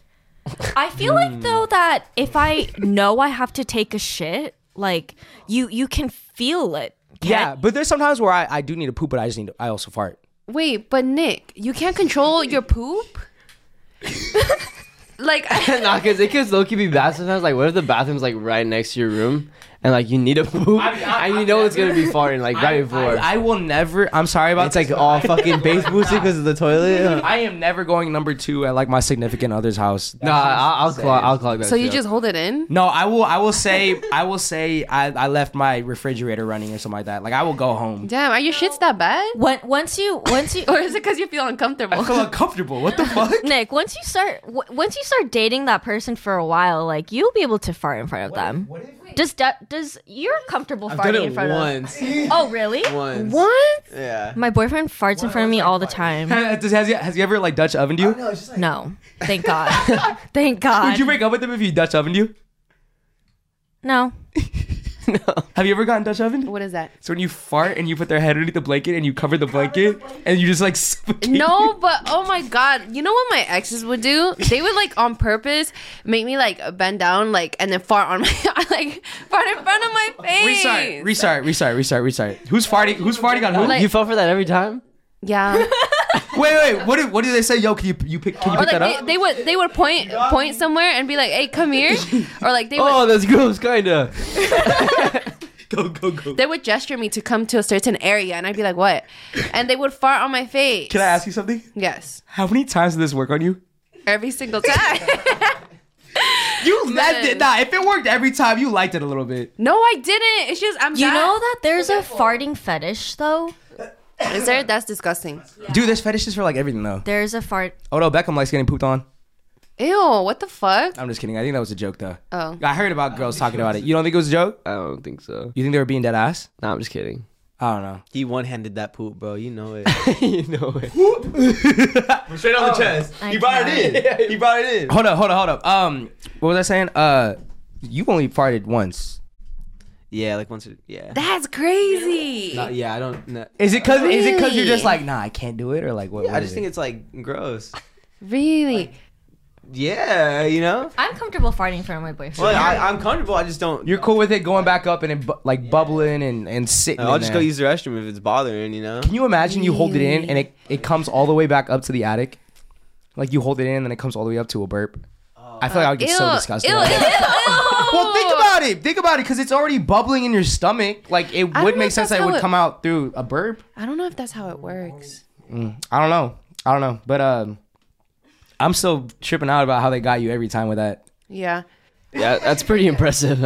D: I feel like though that if I know I have to take a shit, like you you can feel it.
B: Yeah, but there's sometimes where I, I do need to poop, but I just need to, I also fart.
A: Wait, but Nick, you can't control your poop? like
E: nah, cause it could low key be bad sometimes. Like, what if the bathroom's like right next to your room, and like you need a poop, and you know it's gonna be farting like right before.
B: I, I will never. I'm sorry about
E: it's
B: this,
E: like
B: but
E: all fucking base boosted because of the toilet.
B: I am never going number two at like my significant other's house.
E: Nah, I'll, I'll clog. I'll clog that.
A: so you
E: shit up.
A: just hold it in?
B: No, I will. I will say. I will say. I, I left my refrigerator running or something like that. Like I will go home.
A: Damn, are your shits that bad?
D: When, once you once you
A: Or is it because you feel uncomfortable?
B: I feel uncomfortable. What the fuck?
D: Nick, once you start w- once you start dating that person for a while, like you'll be able to fart in front of them. does da- does you're comfortable farting in front
C: once.
D: of? Oh really?
C: once.
A: what?
C: Yeah.
D: My boyfriend farts in front of me all the time.
B: Does- has, he, has he ever like Dutch ovened you?
D: No, thank God, thank God.
B: Would you break up with him if he Dutch ovened you?
D: no,
B: Have you ever gotten Dutch ovened?
A: What is that?
B: So when you fart and you put their head underneath the blanket and you cover the blanket and you just like suffocate.
A: No, but oh my god, you know what my exes would do? They would like on purpose make me like bend down, like and then fart on my like fart in front of my face.
B: Restart, restart, restart, restart, restart. Who's farting? Who's farting on who?
A: Like-
E: you fell for that every time.
A: yeah.
B: wait, wait. What do, what do they say? Yo, can you you pick? Can you
A: Or
B: pick that
A: like
B: up?
A: they, they would they would point point somewhere and be like, "Hey, come here," or like they would
E: Oh, that's gross, kinda.
B: go go go.
A: they would gesture me to come to a certain area, and I'd be like, "What?" And they would fart on my face.
B: Can I ask you something?
A: Yes,
B: How many times did this work on you?
A: every single time.
B: You
A: Man.
B: liked it. Nah, if it worked every time, you liked it a little bit.
A: no, I didn't. It's just I'm.
D: you
A: that-
D: know that there's a farting fetish though.
A: Is there? That's disgusting.
B: Dude, there's fetishes for like everything though.
D: There's a fart.
B: Odell Beckham likes getting pooped on.
A: Ew! What the fuck?
B: I'm just kidding. I think that was a joke though.
A: Oh.
B: I heard about girls talking about it. You don't think it was a joke? Uh,
E: I don't think so.
B: You think they were being dead ass?
E: Nah, I'm just kidding.
B: I don't know.
C: He one handed that poop, bro. You know it.
E: you know it.
C: Straight on the chest.
D: I He brought it
C: in. He brought it in.
B: Hold up, hold up, hold up. Um, what was I saying? Uh, you only farted once.
C: Yeah, like once. It, yeah.
A: That's crazy.
C: Uh, yeah, I don't. No.
B: Is it cause is it cause you're just
A: Really?
B: like nah I can't do it or like what?
C: I just think it's like gross.
A: Really?
C: Yeah, you know.
D: I'm comfortable farting in front of my boyfriend.
C: Well, I, I'm comfortable. I just don't.
B: you're cool with it going back up and it bu- like bubbling and and sitting.
C: I'll
B: in
C: just go
B: there.
C: use the restroom if it's bothering. You know.
B: Can you imagine you hold it in and it it comes all the way back up to the attic? Like you hold it in and then it comes all the way up to a burp. I feel like I would get
A: Ew!
B: so disgusted.
A: ew! Ew!
B: by that.
A: ew.
B: Well, think about it. Think about it, because it's already bubbling in your stomach. Like it
A: don't
B: would
A: know
B: make
A: if that's
B: sense that it
A: how
B: would
A: it-
B: come out through a burp.
A: I don't know if that's how it works.
B: I don't know. I don't know. But um, I'm still tripping out about how they got you every time with that.
A: Yeah.
E: Yeah, that's pretty impressive.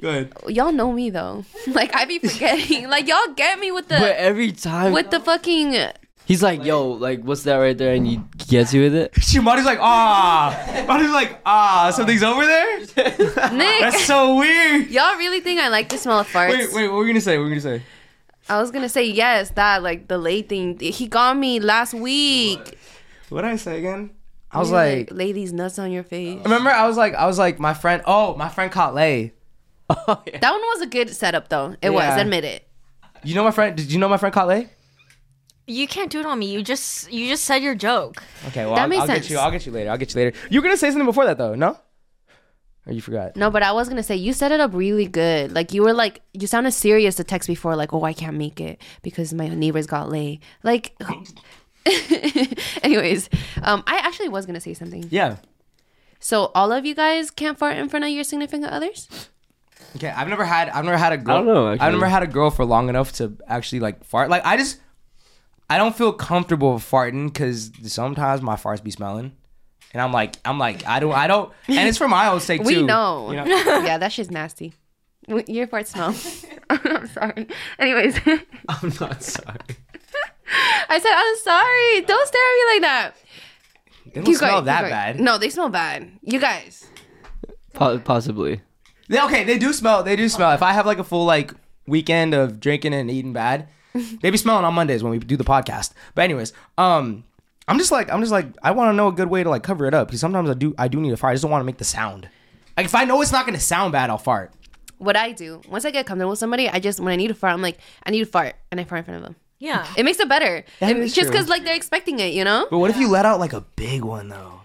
B: Good.
A: Y'all know me though. Like I be forgetting. like y'all get me with
E: But
A: the
E: every time
A: with the fucking
E: he's like, "Yo, like, what's that right there?" and you gets you with it.
B: Shimani's like, ah. Mari's like, ah. Something's over there.
A: Nick.
B: That's so weird.
A: Y'all really think I like the smell of farts?
B: Wait, wait. What were you gonna say? What were you gonna say?
A: I was gonna say yes, that like the late thing. He got me last week.
B: What did I say again? I was
A: You're
B: like,
A: lay these nuts on your face.
B: remember? I was like, I was like, my friend. Oh, my friend caught lay. Oh,
A: That one was a good setup though. It
B: Yeah.
A: was, admit it.
B: You know my friend? Did you know my friend caught lay?
D: You can't do it on me. You just you just said your joke.
B: Okay, well,
A: That
B: I'll,
A: makes
B: I'll
A: sense.
B: get you. I'll get you later. I'll get you later. You were gonna say something before that though, no? Or you forgot?
A: No, but I was gonna say you set it up really good. Like you were like you sounded serious the text before, like, oh I can't make it because my neighbors got late. Like anyways, um I actually was gonna say something.
B: Yeah.
A: So all of you guys can't fart in front of your significant others?
B: Okay, I've never had. I've never had a girl.
E: don't know,
B: I've never
E: actually.
B: had a girl for long enough to actually like fart. Like I just, I don't feel comfortable farting because sometimes my farts be smelling, and I'm like, I'm like, I don't, I don't, and it's for my own sake
A: We
B: too.
A: know.
B: you
A: yeah, that shit's nasty. W- Your fart smell. I'm sorry. Anyways,
C: I'm not sorry.
A: I said I'm sorry. Don't stare at me like that.
B: They don't
A: Keep
B: smell
A: going, keep
B: that
A: going.
B: bad.
A: No, they smell bad. You guys.
E: Po- possibly.
B: They- okay, they do smell. They do smell. If I have like a full like weekend of drinking and eating bad, they be smelling on Mondays when we do the podcast. But anyways, um, I'm just like, I'm just like, I want to know a good way to like cover it up because sometimes I do, I do need to fart. I just don't want to make the sound. Like if I know it's not gonna sound bad, I'll fart.
A: What I do once I get comfortable with somebody, I just when I need to fart, I'm like I need to fart, and I fart in front of them.
D: Yeah.
A: It makes it better. It-
B: is
A: just
B: true.
A: because like they're expecting it, you know.
B: But what if you let out like a big one though?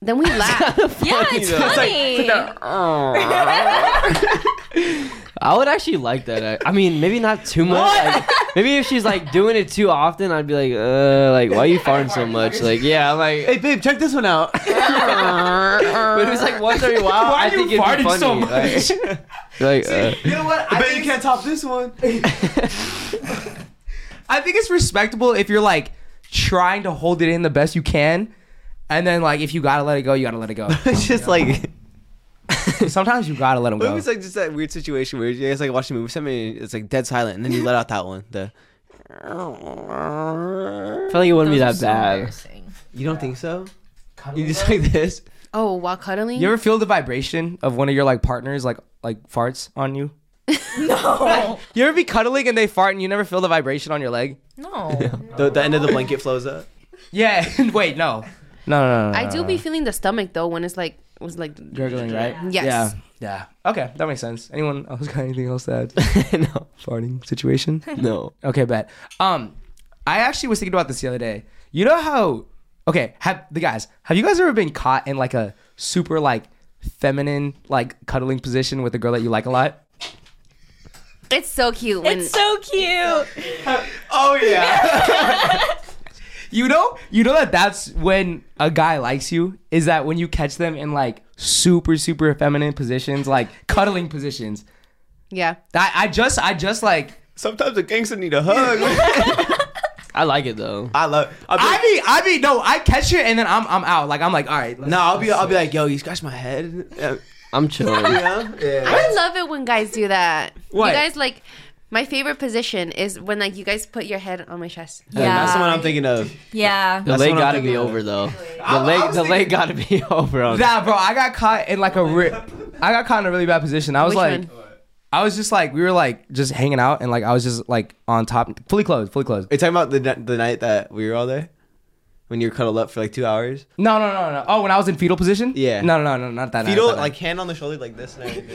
A: Then we laugh.
D: yeah, it's funny.
E: I would actually like that. I, I mean, maybe not too much. Like, maybe if she's like doing it too often, I'd be like, uh, like why you farting so much? Like, yeah, I'm like.
C: Hey, babe, check this one out.
E: But if it's like once every while, I think it'd be funny. Like, like, uh,
B: you know what? I
C: Bet you
B: think, it's,
C: can't top this one.
B: I think it's respectable if you're like trying to hold it in the best you can, and then like if you gotta let it go, you gotta let it go.
C: It's just like.
B: Sometimes you gotta let them
C: What if
B: go.
C: it's like just that weird situation where you guys like watching a movie, something it's like dead silent, and then you let out that one. The
E: I feel like it wouldn't be that bad.
C: you don't think so? You just like this.
A: oh, while cuddling.
B: You ever feel the vibration of one of your like partners like like farts on you? no. you ever be cuddling and they fart and you never feel the vibration on your leg?
D: No.
C: The, the end of the blanket flows up.
B: Yeah. Wait, no. No, no, no. no
A: I
B: no,
A: do
B: no.
A: be feeling the stomach though when it's like it was like
B: gurgling, right?
A: Yes.
B: Yeah. Yeah. Okay, that makes sense. Anyone else got anything else to add?
E: no,
B: Farting situation?
E: no.
B: Okay, bet. Um, I actually was thinking about this the other day. You know how? Okay, have the guys? Have you guys ever been caught in like a super like feminine like cuddling position with a girl that you like a lot?
A: It's so cute when
D: It's so cute.
B: Oh yeah. you know, you know that that's when a guy likes you is that when you catch them in like super super feminine positions, like cuddling positions.
A: yeah.
B: I, I just I just like
C: Sometimes a gangster need a hug.
E: I like it though.
C: I love. I'll be,
B: I mean I mean no I catch it and then I'm I'm out like I'm like all right
C: no, I'll be. I'll be like, yo, you scratched my head. Yeah,
E: I'm chilling.
C: yeah. yeah.
A: I love it when guys do that.
B: What?
A: You guys like my favorite position is when like you guys put your head on my chest.
C: That's the one
D: Yeah.
C: I'm thinking of.
D: Yeah.
E: The leg
C: what I'm
E: gotta be
C: thinking of.
E: over though. The
B: I- I
E: leg,
B: was
E: the
B: thinking-
E: leg gotta be over. On
B: Nah, bro, I got caught in like a re- I got caught in a really bad position. I was
A: Which
B: like,
A: one?
B: I was just like, we were like just hanging out, and like I was just like on top, fully clothed, fully clothed.
C: Are you talking about the ni- the night that we were all there when you were cuddled up for like two hours?
B: No, no, no, no. Oh, when I was in fetal position.
C: Yeah.
B: No, no, no, no, not that. night,
C: Fetal,
B: not that
C: like
B: night.
C: hand on the shoulder like this. And everything.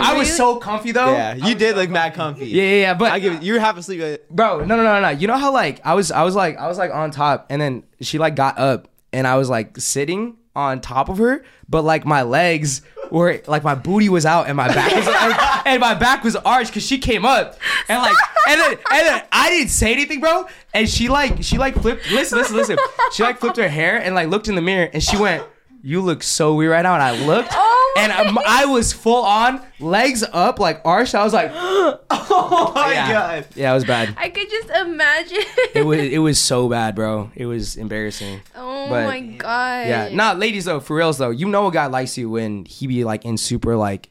B: I was so comfy though.
C: yeah, you did like mad comfy.
B: Yeah, yeah, yeah. But
C: I give it. You were half asleep. uh,
B: bro, no, no, no, no. You know how like I was, I was like, I was like on top, and then she like got up, and I was like sitting on top of her, but like my legs were like my booty was out, and my back was like, and my back was arched because she came up, and like, and then, and then I didn't say anything, bro, and she like, she like flipped. Listen, listen, listen. She like flipped her hair and like looked in the mirror, and she went. You look so weird right now, and I looked,
D: Oh my
B: and I'm, I was full on legs up, like arched. I was like,
C: Oh my
B: Yeah.
C: god.
B: "Yeah, it was bad."
A: I could just imagine.
B: it was it was so bad, bro. It was embarrassing.
A: oh
B: but-
A: my god.
B: Yeah, nah, ladies though, for reals though, you know a guy likes you when he be like in super like,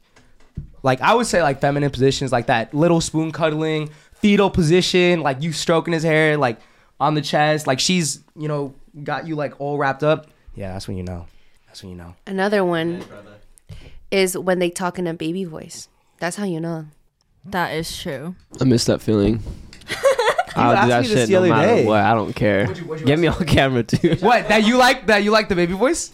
B: like I would say like feminine positions like that little spoon cuddling, fetal position, like you stroking his hair like on the chest, like she's you know got you like all wrapped up. Yeah, that's when you know. That's when you know.
A: Another one is when they talk in a baby voice. That's how you know.
D: That is true.
E: I miss that feeling. I'll
C: asked
E: do that
C: me this
E: shit
C: the
E: no
C: other
E: matter
C: day.
E: what. I don't care. Get me on camera too.
B: What that you like that you like the baby voice?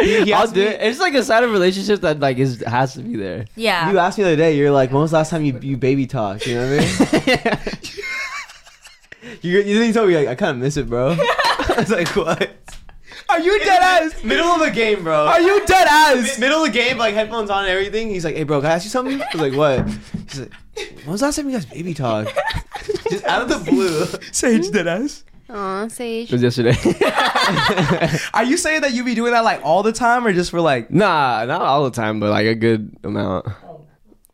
G: He, he
E: I'll
G: asked
E: do
G: me-
E: it. It's like a side of relationship that like is has to be there.
D: Yeah.
C: You asked me the other day. You're like, when was the last time you, you baby talked? You know what I mean? you, you then you told me like, I kind of miss it, bro. I was like, what?
G: Are you dead ass? Middle of a game, bro.
C: Are you dead ass?
G: Mi- middle of the game, like headphones on and everything. He's like, "Hey, bro, can I ask you something?" I was like, "What?" He's like,
C: When was the last time you guys baby talked?
G: "Just out of the blue."
B: Sage dead ass.
A: Aw, Sage.
E: It was yesterday.
B: Are you saying that you be doing that like all the time or just for like
E: nah, not all the time, but like a good amount.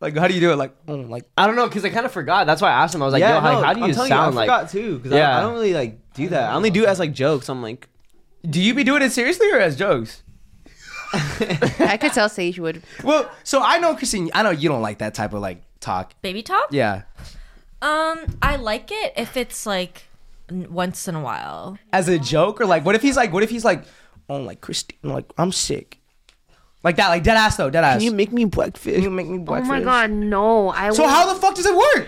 B: like how do you do it like oh, like
E: I don't know because I kind of forgot. That's why I asked him. I was like, Yo,
C: yeah,
E: like,
C: no,
E: how do
C: I'm
E: you
C: telling
E: sound
C: you, I
E: like?
C: forgot too, because I,
E: Yeah.
C: I don't really like do that.
G: I only do it as like jokes. I'm like,
B: do you be doing it seriously or as jokes?
A: I could tell Sage would.
B: Well, so I know Christine, I know you don't like that type of like talk.
D: Baby talk?
B: Yeah.
D: Um, I like it if it's like n- once in a while.
B: As a joke or like what if he's like what if he's like oh like Christine like I'm sick. Like that, like dead ass though, dead ass.
C: Can you make me breakfast?
B: You make me
A: Oh
B: breakfast.
A: my god, no! I
B: So
A: will-
B: how the fuck does it work?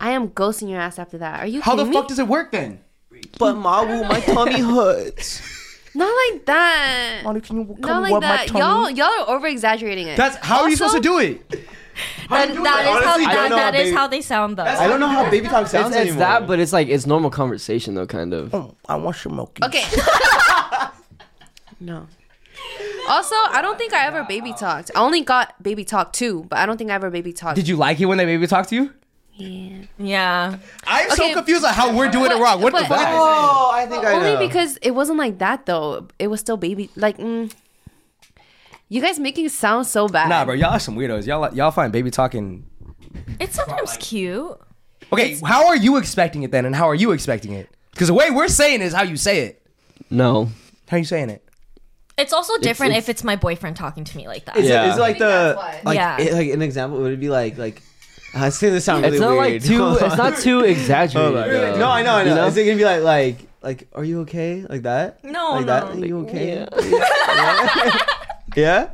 A: I am ghosting your ass after that. Are you
B: How the
A: kidding
B: fuck
A: me?
B: does it work then?
C: But Mawu, my tummy hurts.
A: Not like that.
B: Manu, can you
A: Not
B: come
A: like
B: rub my
A: that.
B: tummy?
A: Y'all, y'all are over exaggerating it.
B: That's how are you supposed to do it?
D: That, that is how
G: Honestly, I
D: that,
G: don't know
D: that
G: how
D: is
G: baby-
D: how they sound though.
C: I don't know how baby talk sounds
E: It's, it's
C: anymore. Oh.
E: that, but it's like it's normal conversation though, kind of.
B: I want your milk.
A: Okay. no. Also, I don't think I ever baby talked. I only got baby talk too, but I don't think I ever baby talked.
B: Did you like it when they baby talk to you?
D: yeah.
B: I'm so
A: Okay.
B: confused on how we're doing
A: But-
B: it wrong. What the
A: but-
B: fuck?
C: Oh, I think I
A: Only
B: uh,
C: know.
A: because it wasn't like that though. It was still baby. Like, mm, you guys making it sound so bad.
B: Nah, bro, y'all are some weirdos. Y'all y'all find baby talking.
D: It's sometimes cute.
B: Okay, how are you expecting it then, and how are you expecting it? Because the way we're saying it is how you say it.
E: No,
B: How you saying it?
D: It's also different
E: it's-
D: if it's my boyfriend talking to me like that.
C: Is, it,
E: Yeah.
C: is it like the like,
D: Yeah.
C: it- like an example would it be like like I think this sounds really
E: it's not like
C: weird.
E: too. It's not too exaggerated. though.
C: no, I know, I know.
E: uh, You
C: Is it gonna be like like like Are you okay? Like that?
D: No, no.
C: like that. Are you okay? Yeah.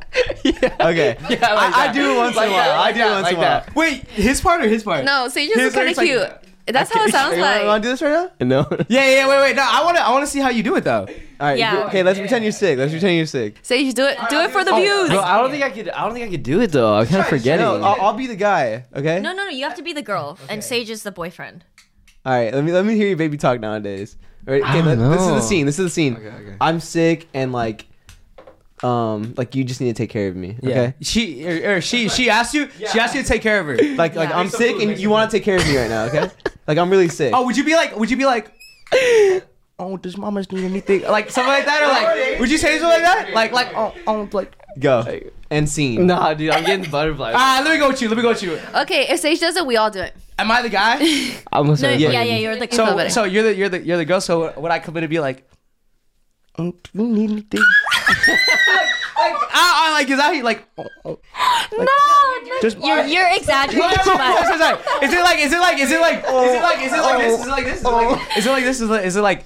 C: Okay.
A: Oh
C: I, I do it once in a while. I do it once in a while.
B: Wait, his part or his part?
A: No, Sage is
B: His
A: kind of
B: lyrics like-
A: cute. That's how it sounds
C: You want,
A: like.
C: to do this right now?
E: No.
B: Yeah, yeah, wait, wait. No, I wanna I wanna see how you do it though.
C: All right.
D: Yeah.
C: Okay. Let's pretend you're sick. Let's pretend you're sick.
A: Sage, do it. Do it
B: Oh,
A: for the views.
E: Bro, I don't think I could. I don't think I could do it though. I kind of forget
C: No,
E: it.
C: I'll, I'll be the guy. Okay.
D: No, no, no. You have to be the girl, and Sage is the boyfriend.
C: All right, let me let me hear you baby talk nowadays. All right, okay,
E: don't
C: let- this is the
E: know.
C: scene. This is the scene. I'm sick and like, um, like you just need to take care of me. Okay,
B: She or, or she she asked you she asked you to take care of her.
C: like like I'm sick and you want to take care of me right now. Okay, like I'm really sick.
B: Oh, would you be like would you be like Oh, does mamas need anything? Like something like that, or like would you say something like that? Like like oh oh like
C: go and scene.
E: nah, dude, I'm getting butterflies.
B: ah let me go with you, let me go with you.
A: Okay, if Sage does it, we all do it.
B: Am I the guy?
E: I'm gonna start
D: yeah, yeah,
E: fucking-
D: You're the girl.
B: So so you're the you're the you're the girl. So would I come in and be like, oh, do you need anything? like, like, I, I like is that how you like? Oh, oh.
D: no,
B: Just-
D: you're, you're exaggerating
B: Like,
D: too much.
B: sorry, sorry. Is it like is it like is it like is it like is it like this? Is it like this? Is it like- Is it like this? Is it like is it like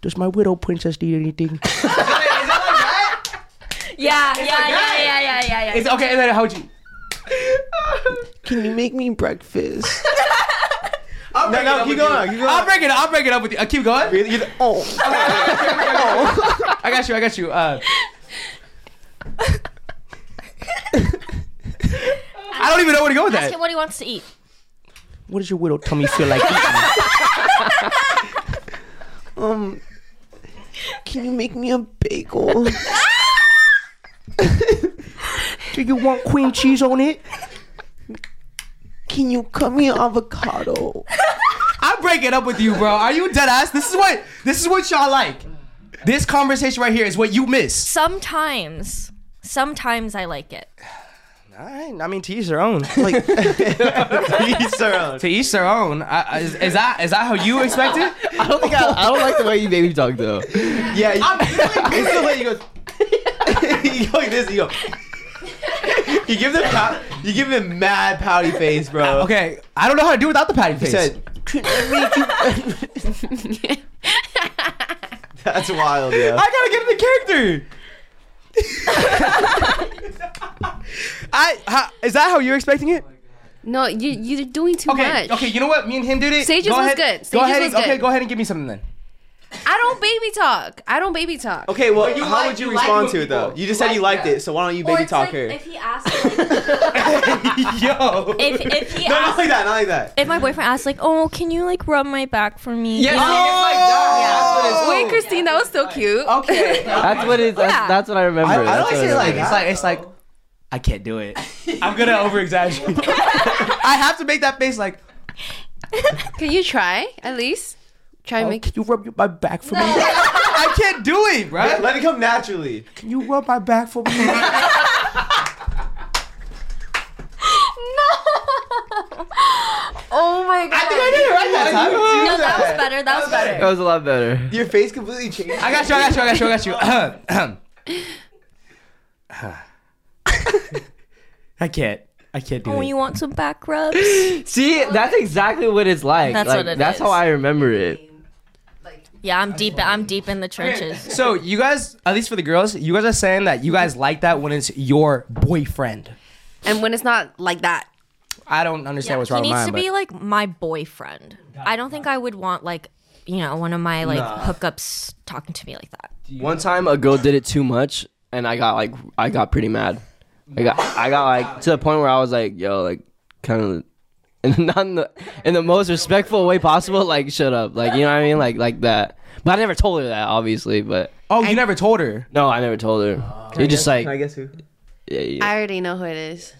B: does my widow princess need anything? is it like that?
D: Yeah, yeah, yeah,
B: guy.
D: yeah, yeah, yeah, yeah.
B: Is- okay, and then how would you?
C: Can you make me breakfast?
B: I'll
C: no,
B: break it
C: no,
B: up
C: keep
B: with
C: going,
B: you.
C: keep going.
B: I'll break it. I'll break it up with you. Uh, keep going.
C: You're the- you're the- oh,
B: I got you. I got you. Uh, I don't even know where to go with
D: Ask
B: that.
D: him what he wants to eat.
B: What does your widow tummy feel like eating?
C: um, can you make me a bagel?
B: Do you want cream cheese on it?
C: Can you cut me an avocado?
B: I break it up with you, bro. Are you dead ass? This is what this is what y'all like. This conversation right here is what you miss.
D: Sometimes, sometimes I like it.
B: All right, I mean, to each their own.
C: Like, please, sir.
B: to each their own. I, I- is, is that is that how you expect it?
E: I don't think I, I don't like the way you baby talk though.
C: Yeah, you, it's the way you go. you go like this. You go. you give them, pow- you give them mad pouty face, bro.
B: Okay, I don't know how to do without the patty face.
C: Said, "Can I make you-" That's wild, yeah.
B: I gotta get in the character. I how, is that how you're expecting it?
A: No, you you're doing too
B: Okay,
A: much.
B: okay. You know what? Me and him did it.
A: Sage's
B: go
A: was
B: ahead,
A: good.
B: Go
A: Sage's
B: ahead.
A: was
B: and- Okay,
A: good.
B: go ahead and give me something then.
A: I don't baby talk. I don't baby talk.
C: Okay, well, how
B: like-
C: would you,
B: you like
C: respond
B: when
C: to it though?
B: people-
C: You just said you liked it, so why don't you baby talk her?
D: if he asks, like,
B: Yo.
D: if, if he
C: no, not
D: asks,
C: like that, not like that.
D: if my boyfriend asks, like, oh, can you like rub my back for me?
B: Yes, Oh,
D: You know?
B: it's
A: Wait, Christine, that was so cute.
H: Okay.
E: That's what it. That's,
D: Yeah.
E: that's what I remember.
H: I- I
E: That's
H: don't
E: what
H: say
E: remember.
H: like
B: like that. It's like it's like I can't do it. I'm gonna over exaggerate. I have to make that face like
A: Can you try at least? Try and
B: oh,
A: make.
B: can you rub your- my back for me? I can't do it, bro.
C: Let it come naturally.
B: Can you rub my back for me?
A: Oh my god.
D: No, that was better. That was better.
E: That was a lot better.
C: Your face completely changed.
B: I got you. I got you. I got you. I got you. Ahem, ahem. I can't. I can't do
D: Oh,
B: it.
D: you want some back rubs?
E: See, that's exactly what it's like.
D: That's
E: like,
D: what it
E: that's how
D: is.
E: I remember it.
D: yeah, I'm deep. I'm deep in the trenches.
B: so you guys, at least for the girls, you guys are saying that you guys like that when it's your boyfriend.
A: And when it's not like that.
B: I don't understand what's
D: he
B: wrong
D: needs
B: with mine.
D: to
B: but-
D: be like my boyfriend. I don't think I would want like you know one of my like hookups talking to me like that.
E: One time, a girl did it too much, and I got like, I got pretty mad. I got, I got like to the point where I was like, yo, like, kind of, and not in the, in the most respectful way possible. Like, shut up. Like, you know what I mean? Like, like that. But I never told her that, obviously. But
B: oh, you never told her.
E: no, I never told her. You're just like,
C: I guess who?
E: yeah, yeah.
A: I already know who it is.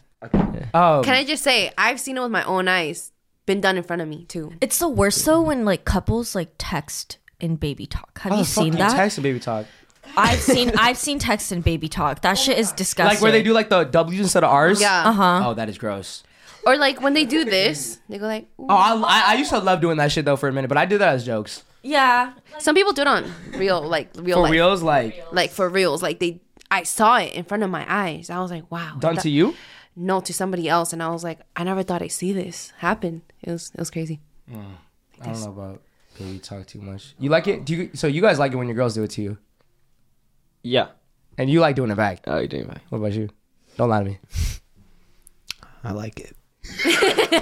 B: Oh,
A: Can I just say, I've seen it with my own eyes. Been done in front of me too.
D: It's the worst though when like couples like text in baby talk. Have
B: how
D: you
B: the Oh, fuck
D: seen
B: do
D: that?
B: You text and baby talk.
D: I've seen I've seen text in baby talk. That shit is disgusting.
B: Like where they do like the W's instead of R's.
A: Yeah.
D: Uh huh.
B: Oh, that is gross.
A: Uh-huh. Or like when they do this, they go like. ooh.
B: Oh, I, I, I used to love doing that shit though for a minute, but I did that as jokes.
D: Yeah.
A: Some people do it on real, like real
B: For
A: life.
B: reals, like
A: Like for reals. Like they. I saw it in front of my eyes. I was like, wow.
B: done to you.
A: No, to somebody else. And I was like, I never thought I'd see this happen. It was, it was crazy.
B: I don't know about baby talk too much. You like it? Do you? So you guys like it when your girls do it to you,
E: yeah.
B: and you like doing it back.
E: Oh, you're doing fine.
B: What about you? Don't lie to me.
C: I like it.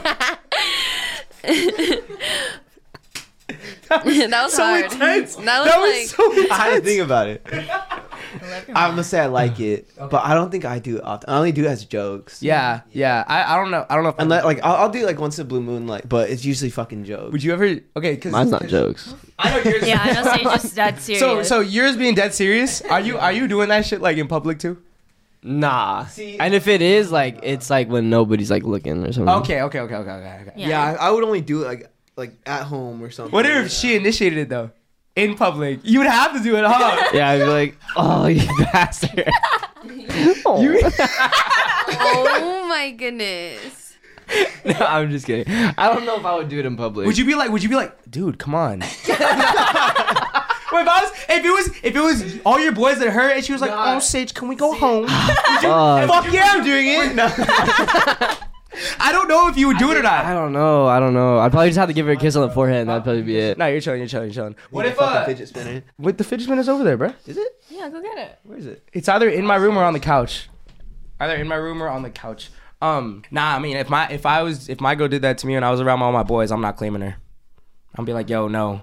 A: that was hard. That was like.
C: I had to think about it. I'm gonna say I like it, but I don't think I do it often. I only do it as jokes.
B: Yeah, yeah. I, I don't know. I don't know if
C: Unless, like, I'll, I'll do like once in a blue moonlight, but it's usually fucking jokes.
B: Would you ever? Okay, because
E: Mine's not jokes.
B: I know yours.
D: Yeah, I know so you're just dead serious.
B: So so yours being dead serious. Are you are you doing that shit like in public too?
E: Nah. and if it is, like, it's like when nobody's like looking or something.
B: Okay, okay, okay, okay, okay. okay.
D: yeah.
C: Yeah, I, I would only do it like like at home or something.
B: What if she initiated it though? In public, you would have to do it, huh?
E: Yeah, I'd be like, oh, you bastard.
A: Oh my goodness.
E: no, I'm just kidding. I don't know if I would do it in public.
B: would you be like? Would you be like, dude, come on? Wait, if I was, if it was, if it was all your boys that her, and she was like, "Oh, Sage, can we go home?"
E: Uh,
B: Fuck yeah, I'm doing it. I don't know if you would do it or not.
E: I don't know. I don't know. I'd probably just have to give her a kiss on the forehead, and that'd probably be it.
B: No, you're chilling, you're chilling, you're chilling. What
C: Like a
B: if
C: fucking
B: uh,
C: fidget spinner?
B: with the fidget spinners over there, bruh?
D: yeah, go get it.
C: Where is it?
B: It's either in my room or on the couch. Either in my room or on the couch. Um, nah, I mean, if my if I was if my girl did that to me and I was around all my boys, I'm not claiming her. I'm be like, yo, no.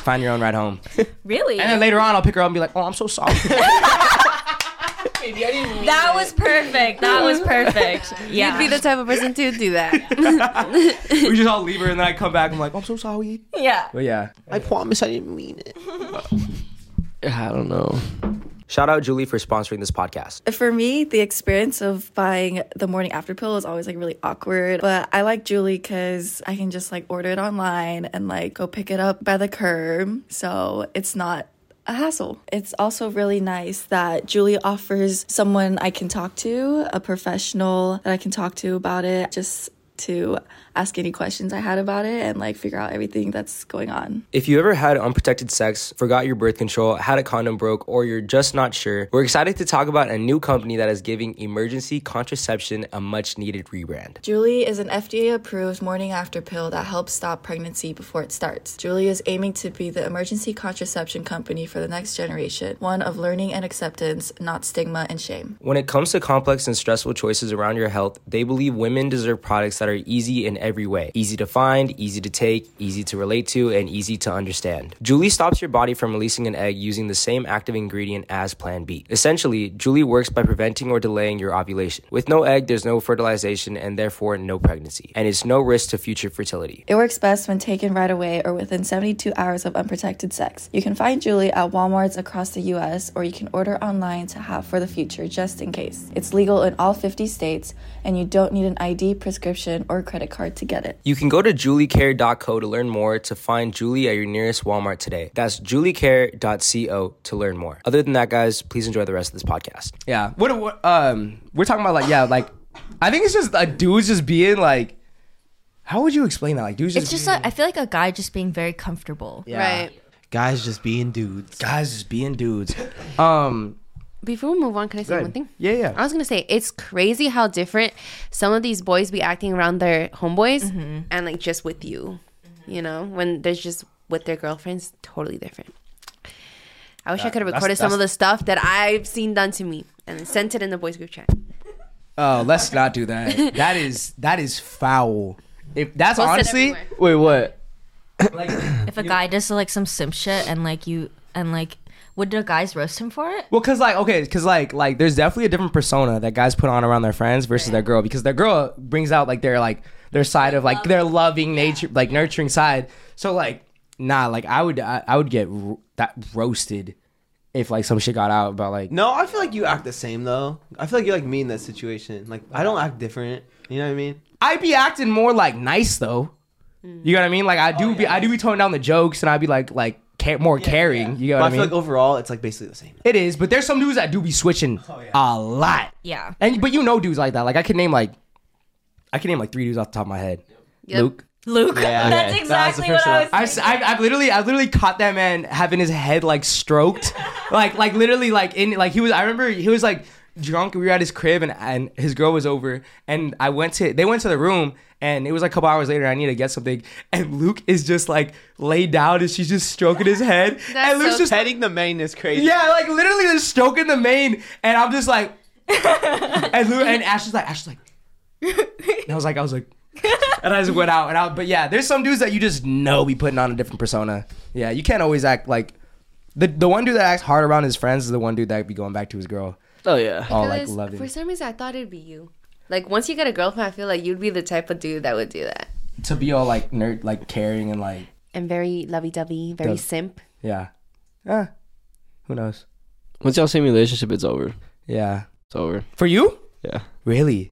B: Find your own ride home.
D: Really?
B: And then later on, I'll pick her up and be like, oh, I'm so sorry.
D: That was perfect. That was perfect. Yeah.
A: You'd be the type of person to do that.
B: we just all leave her and then I come back. I'm like, I'm so sorry.
D: yeah.
B: But yeah,
C: I promise I didn't mean it.
E: I don't know.
F: Shout out Julie for sponsoring this podcast.
I: For me, the experience of buying the morning after pill is always like really awkward, but I like Julie because I can just like order it online and like go pick it up by the curb. So it's not a hassle. It's also really nice that Julie offers someone I can talk to, a professional that I can talk to about it, just to ask any questions I had about it and like figure out everything that's going on.
F: If you ever had unprotected sex, forgot your birth control, had a condom broke, or you're just not sure, we're excited to talk about a new company that is giving emergency contraception a much needed rebrand.
I: Julie is an FDA approved morning after pill that helps stop pregnancy before it starts. Julie is aiming to be the emergency contraception company for the next generation, one of learning and acceptance, not stigma and shame.
F: When it comes to complex and stressful choices around your health, they believe women deserve products that are easy in every way easy to find, easy to take, easy to relate to, and easy to understand. Julie stops your body from releasing an egg using the same active ingredient as Plan B. Essentially, Julie works by preventing or delaying your ovulation. With no egg, there's no fertilization and therefore no pregnancy, and it's no risk to future fertility.
I: It works best when taken right away or within 72 hours of unprotected sex. You can find Julie at Walmarts across the US or you can order online to have for the future just in case. It's legal in all 50 states and you don't need an ID, prescription, or credit card to get it.
F: You can go to juliecare.co to learn more to find Julie at your nearest Walmart today. That's juliecare.co to learn more. Other than that, guys, please enjoy the rest of this podcast.
B: Yeah. What, what um we're talking about like yeah, like I think it's just like dudes just being like how would you explain that? Like dudes just,
D: It's just
B: being,
D: a, I feel like a guy just being very comfortable.
A: Right.
H: Guys just being dudes.
B: guys just being dudes. Um
A: Before we move on, can I say
B: ahead.
A: one thing?
B: Yeah, yeah.
A: I was gonna say it's crazy how different some of these boys be acting around their homeboys and like just with you. You know, when they're just with their girlfriends, totally different. I wish I could have
B: that's-
A: recorded some of the
B: that's-
A: stuff that I've seen done to me and then sent it in the boys group chat.
B: oh, let's not do that. That is that is foul. If that's
A: Post it
B: honestly
A: everywhere.
E: Wait, what?
D: If a guy does like some simp shit and like you and like would the guys roast him for it?
B: Well, cause like okay, cause like like there's definitely a different persona that guys put on around their friends versus their girl because their girl brings out like their like their side of like their loving nature, like nurturing side. So like nah, like I would I, I would get ro- that roasted if like some shit got out about like
C: No, I feel like you act the same though. I feel like you're like me in that situation. Like I don't act different. You know what I mean?
B: I'd be acting more like nice though.
C: Mm.
B: You know what I mean? Like
C: Oh,
B: I do be I do be toning down the jokes and I'd be like like ca- more caring. You know
C: But
B: what
C: I,
B: I mean?
C: feel like overall, it's like basically the same.
B: it is, but there's some dudes that do be switching
D: Oh,
B: a lot.
D: Yeah.
B: And but you know dudes like that. Like I can name like I can name like three dudes off the top of my head.
A: Yep.
B: Luke.
D: Luke, that's
C: okay.
D: exactly
C: That was the
D: what
C: first
D: I
C: one.
D: was.
B: I've, s- I've, I've literally I've literally caught that man having his head like stroked, like like literally like in like he was I remember he was like drunk we were at his crib and and his girl was over and I went to they went to the room and it was like a couple hours later I needed to get something and Luke is just like laid down and she's just stroking his head
A: That's
B: and Luke's
A: so
B: just
C: Petting the main is crazy.
B: yeah like literally just stroking the mane and I'm just like and Luke and Ashley's like Ashley's like and I was like I was like and I just went out and out. But yeah, there's some dudes that you just know be putting on a different persona. Yeah, you can't always act like the the one dude that acts hard around his friends is the one dude that be going back to his girl.
E: Oh yeah.
B: All like
A: Because For
B: loving.
A: some reason, I thought it'd be you. Like once you get a girlfriend, I feel like you'd be the type of dude that would do that
B: To be all like nerd, like caring and like
A: and very lovey-dovey, very
B: Does-
A: simp.
B: yeah, eh, who knows?
E: Once y'all see me in a relationship, it's over.
B: Yeah,
E: It's over.
B: for you,
E: Yeah.
B: really?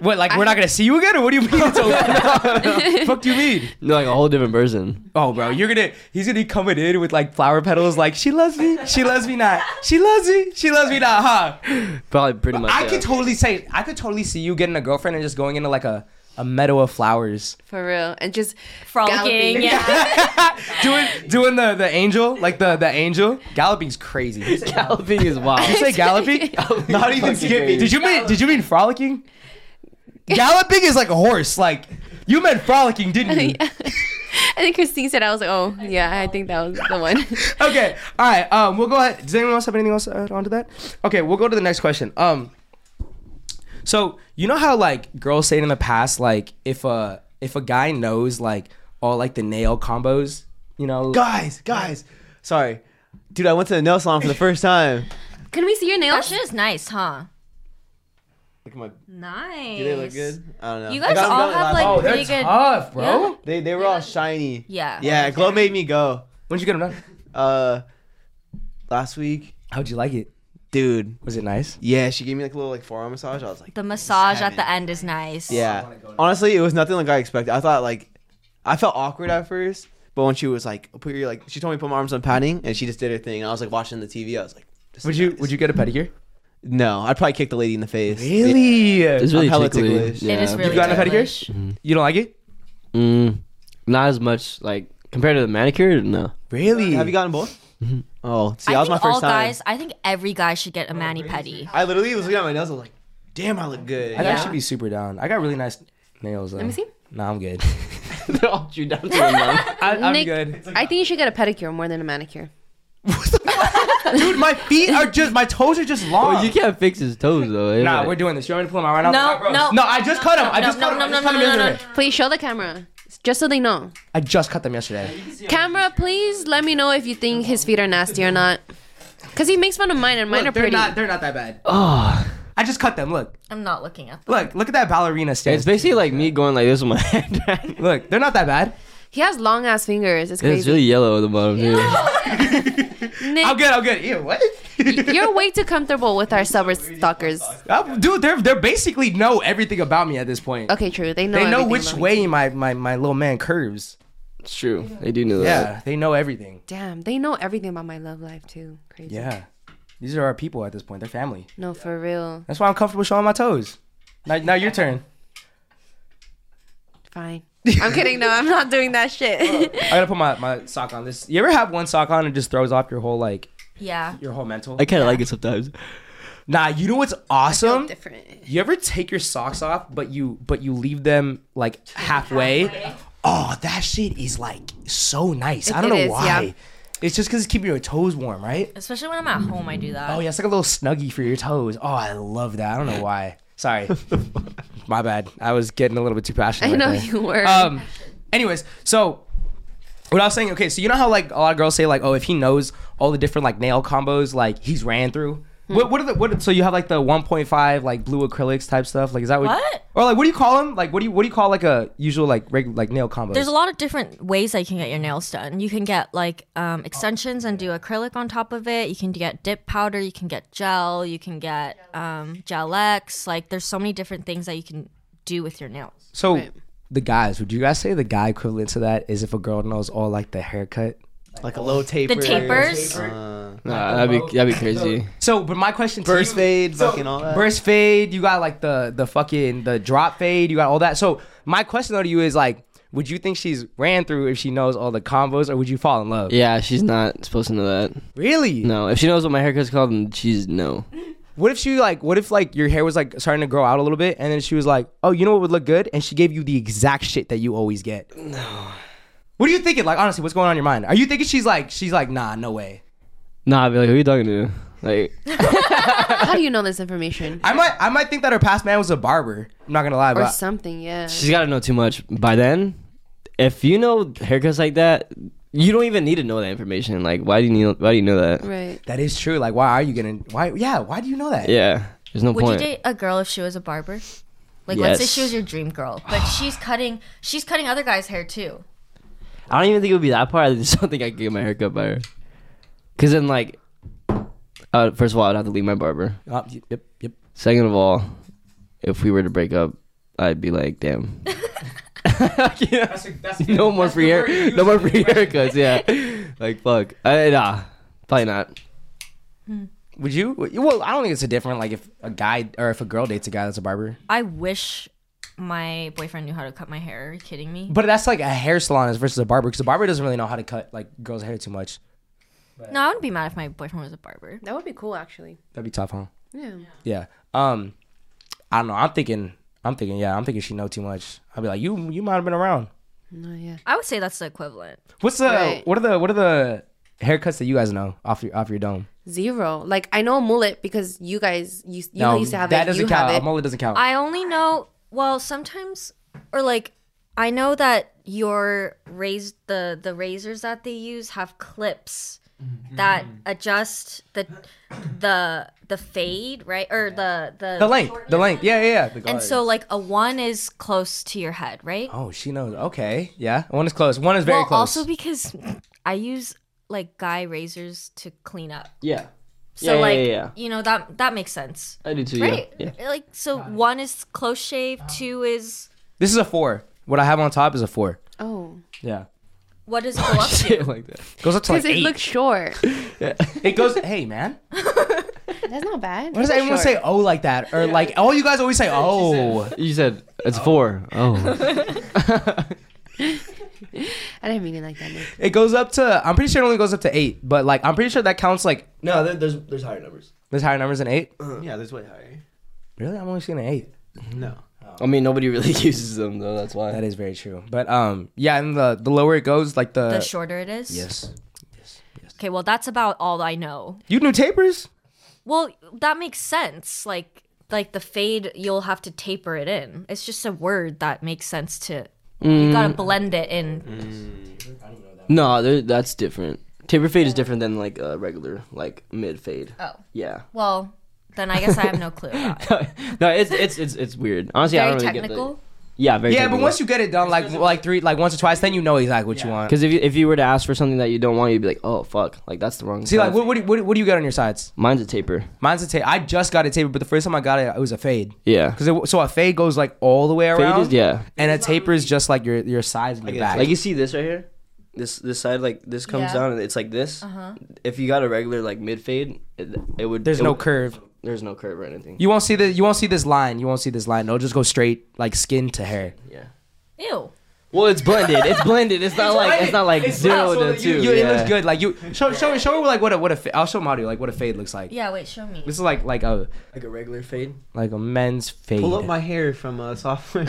B: What like we're not gonna see you again, or what do you mean? It's over? Fuck do you mean?
E: No, like a whole different person.
B: Oh, bro, you're gonna he's gonna be coming in with like flower petals, like she loves me, she loves me not, she loves me, she loves me not, huh?
E: Probably pretty much.
B: I
E: yeah.
B: could totally say I could totally see you getting a girlfriend and just going into like a, a meadow of flowers,
A: For real. And just
D: Frolicking,
A: galloping.
D: yeah.
B: doing doing the the angel like the the angel galloping's crazy. Did
E: Galloping is wild.
B: you say galloping?
C: Not even skipping.
B: Did you mean did you mean frolicking? Galloping is like a horse. Like you meant frolicking, didn't you?
A: I think Christine said I was like, oh yeah, I think that was the one.
B: Okay, all right. Um, we'll go ahead. Does anyone else have anything else to add on to that? Okay, we'll go to the next question. Um, so you know how like girls say in the past, like if a if a guy knows like all like the nail combos, you know,
C: guys, guys. Sorry, dude. I went to the nail salon for the first time.
A: Can we see your
D: that
A: nails?
D: shit is nice, huh?
C: Look at my.
D: Nice.
C: Do they look good? I don't know.
D: You
C: I
D: guys
C: got 'em
D: all
C: done
D: have
C: last
D: like
C: month.
B: Oh, they're
D: pretty good.
B: tough, bro.
D: Yeah.
C: They they were all shiny.
D: Yeah.
C: Yeah, glow made me go.
B: When'd you get them done?
C: Uh, last week,
B: How'd you like it?
C: dude.
B: Was it nice?
C: Yeah, she gave me like a little like forearm massage. I was like,
D: The massage at the end is nice.
C: yeah. Honestly, it was nothing like I expected. I thought like, I felt awkward at first, but when she was like, put your like, she told me to put my arms on padding, and she just did her thing. And I was like watching the TV. I was like, this
B: Would
C: is
B: you
C: nice.
B: Would you get a pedicure?
C: No, I'd probably kick the lady in the face.
B: Really?
E: It's really
C: I'm hella
E: tickly.
C: ticklish. It
E: Yeah.
D: It is really
B: You got a pedicure?
D: ticklish.
B: You don't like it?
E: Mm, not as much like compared to the manicure. No.
B: Really?
C: Have you gotten both? Oh, see,
D: I
C: that was my
D: think
C: first
D: all
C: time.
D: guys. I think every guy should get a mani pedi.
C: I literally was looking at my nails. I was like, damn, I look good.
B: I'd actually be super down. I got really nice nails. Though. Let
A: me see.
B: Nah, I'm good.
E: They're all chewed down to the mouth.
B: I, I'm
A: Nick-
B: good.
A: I think you should get a pedicure more than a manicure.
B: Dude, my feet are just, my toes are just long.
E: Well, you can't fix his toes though.
B: Nah, we're doing this. You want me to pull him out right now?
D: No,
B: Bro,
D: no,
B: No, I just cut him. I
D: no,
B: just
D: no,
B: cut him.
D: no,
B: I just
D: no,
B: cut him
D: no, no,
B: yesterday.
A: Please show the camera, just so they know.
B: I just cut them yesterday.
A: Camera, please let me know if you think his feet are nasty or not. Cause he makes fun of mine, and mine are
B: Look, they're
A: pretty.
B: not, they're not that bad.
E: Oh,
B: I just cut them. Look,
D: I'm not looking at them.
B: look, look at that ballerina
E: it's
B: stance.
E: basically like me going like this with my hand. right?
B: Look, they're not that bad.
A: He has long ass fingers. It's
E: It's
A: crazy.
E: really yellow at the bottom. Dude.
A: Nick,
B: I'm good. I'm good. Ew, what?
A: you're way too comfortable with our summer stalkers.
B: Uh, Dude, they're they are basically know everything about me at this point.
A: Okay, true. They know.
B: They know
A: everything
B: which
A: about me.
B: way my, my, my little man curves.
E: It's true. They do know that.
B: Yeah, they know everything.
A: Damn, they know everything about my love life too. Crazy.
B: Yeah. These are our people at this point. They're family.
A: No, for real.
B: That's why I'm comfortable showing my toes. Now, now your turn.
A: Fine. I'm kidding. No, I'm not doing that shit.
B: I gotta put my, my sock on. This. You ever have one sock on and just throws off your whole like
D: Yeah.
B: your whole mental?
E: I kind of like it sometimes.
B: nah, you know what's awesome?
A: Different.
B: You ever take your socks off, but you but you leave them like halfway? Oh, that shit is like so nice. I don't
A: it
B: know
A: is,
B: why.
A: yeah.
B: It's just because it's keeping your toes warm, right?
D: Especially when I'm at home, I do that.
B: Oh yeah, it's like a little snuggie for your toes. Oh, I love that. I don't know why. Sorry, my bad. I was getting a little bit too passionate.
A: I
B: right
A: know
B: there.
A: you were.
B: Um, anyways, so what I was saying, okay, so you know how like a lot of girls say like, oh, if he knows all the different like nail combos, like he's ran through.
D: Hmm.
B: What, what are the what? So you have like the 1.5 like blue acrylics type stuff. Like is that what?
D: What?
B: Or like what do you call them? Like what do you what do you call like a usual like regular like nail combo?
D: There's a lot of different ways that you can get your nails done. You can get like um, extensions and do acrylic on top of it. You can get dip powder. You can get gel. You can get um, gel X. Like there's so many different things that you can do with your nails.
B: So the guys, would you guys say the guy equivalent to that is if a girl knows all like the haircut?
C: like a low taper. Uh,
D: The tapers.
E: Nah, that'd be that'd be crazy.
B: So, but my question to
C: Burst
B: you-
C: fade, fucking all that.
B: burst fade. You got like the the fucking the drop fade. You got all that. So my question though to you is like, would you think she's ran through if she knows all the combos, or would you fall in love?
E: Yeah, she's not supposed to know that.
B: Really?
E: No, if she knows what my haircut's called, then she's no.
B: What if she like? What if like your hair was like starting to grow out a little bit, and then she was like, "Oh, you know what would look good?" And she gave you the exact shit that you always get. No. What are you thinking? Like honestly, what's going on in your mind? Are you thinking she's like she's like, nah, no way.
E: Nah, I'd be like, who you talking to? Like,
A: How do you know this information?
B: I might I might think that her past man was a barber. I'm not gonna lie,
A: Or
B: but
A: something, yeah.
E: she's got to know too much. By then, if you know haircuts like that, you don't even need to know that information. Like, why do you need? Why do you know that?
A: Right.
B: that is true. Like, why are you gonna? Why? Yeah, why do you know that?
E: Yeah, there's no
D: Would
E: point.
D: you date a girl if she was a barber? Like let's say she
E: Yes.
D: was your dream girl, but she's cutting she's cutting other guys' hair too.
E: I don't even think it would be that part. I just don't think I could get my haircut by her. Cause then, like, uh, first of all, I'd have to leave my barber.
B: Uh, y- yep, yep.
E: Second of all, if we were to break up, I'd be like, damn. no more free hair. No more free haircuts. Yeah. Like fuck. I, nah. Probably not.
B: Would you? Well, I don't think it's a different. Like if a guy or if a girl dates a guy that's a barber,
D: I wish my boyfriend knew how to cut my hair. Are you kidding me?
B: but that's like a hair salon as versus a barber because a barber doesn't really know how to cut like girls' hair too much.
D: No, I wouldn't be mad if my boyfriend was a barber.
A: That would be cool, actually.
B: That'd be tough, huh?
A: Yeah.
B: Yeah. Um, I don't know. I'm thinking. I'm thinking. Yeah, I'm thinking she know too much. I'd be like, you, you might have been around.
A: No, yeah.
D: I would say that's the equivalent.
B: What's the?
A: Right.
B: What are the? What are the haircuts that you guys know off your off your dome?
A: Zero. Like I know a mullet because you guys you, you used to have
B: that
A: it.
B: doesn't
A: you
B: count.
A: have
B: A
A: it.
B: mullet doesn't count.
D: I only know well sometimes or like I know that your raised the the razors that they use have clips that adjust the the the fade right or the the,
B: the length. The length. Yeah, yeah, yeah. The
D: And
B: guard.
D: so like a one is close to your head right.
B: Oh, she knows. Okay. Yeah. One is close. One is very
D: well,
B: close.
D: also because I use like guy razors to clean up.
E: Yeah.
D: So
E: yeah,
D: like
E: yeah, yeah.
D: you know that that makes sense.
E: I do too.
D: Right?
E: Yeah.
D: Like so one is close shave, two is
B: this is a four. What I have on top is a four.
A: Oh.
B: Yeah.
D: what does it go up
E: Shit
D: to?
E: like that.
B: Goes up to
A: Because
B: like
A: it
B: eight.
A: looks short.
B: it goes. Hey, man.
A: That's not bad.
B: Why does everyone say oh like that? Or like all you guys always say oh.
E: You said it's four. Oh.
A: I didn't mean it like that. Nick.
B: It goes up to I'm pretty sure it only goes up to eight, but like I'm pretty sure that counts like
H: No, there, there's there's higher numbers.
B: there's higher numbers than eight.
H: Yeah, there's way higher.
B: Really? I'm only seeing an eight.
H: No.
E: I mean, nobody really uses them though. That's why.
B: That is very true. But um yeah, and the the lower it goes, like the,
D: The shorter it is.
B: Yes.
D: Okay, well, that's about all I know.
B: You knew tapers?
D: Well, that makes sense. Like, like the fade, you'll have to taper it in. It's just a word that makes sense to. You gotta blend it in.
E: No, there- that's different. Taper fade is different than like a regular like mid fade.
D: Oh,
E: Yeah.
D: well, then I guess I have no clue. About it.
E: no, it's it's it's it's weird. Honestly, I
D: Very
E: don't really
D: technical.
E: get the, Yeah, very.
B: Yeah, but once you get it done, like like three, like once or twice, then you know exactly what you want.
E: because if you, if you were to ask for something that you don't want, you'd be like, oh fuck, like that's the wrong.
B: See, like
E: size.
B: what what do, you- what, do- what do you got on your sides?
E: mine's a taper.
B: Mine's a taper. I just got a taper, but the first time I got it, it was a fade.
E: Yeah.
B: Cause it, so a fade goes like all the way
E: Fade
B: around.
E: is- yeah.
B: And a taper is just like your your sides and your back.
E: Like you see this right here, this this side like this comes
D: Yeah.
E: down and it's like this. Uh-huh. If you got a regular like mid fade, it, it would.
B: There's
E: it
B: no
E: would-
B: curve.
E: There's no curve or anything.
B: You won't see the you won't see this line. You won't see this line. It'll just go straight like skin to hair.
D: Ew.
E: well, it's blended. It's blended. It's not like it's not like zero to two.
B: You, It
E: yeah.
B: looks good. Like you show show show her like what a what a fa- I'll show Mario like what a fade looks like.
D: Yeah, wait, show me.
B: This is like like a
E: Like a regular fade.
B: like a men's fade.
C: Pull up my hair from uh, software.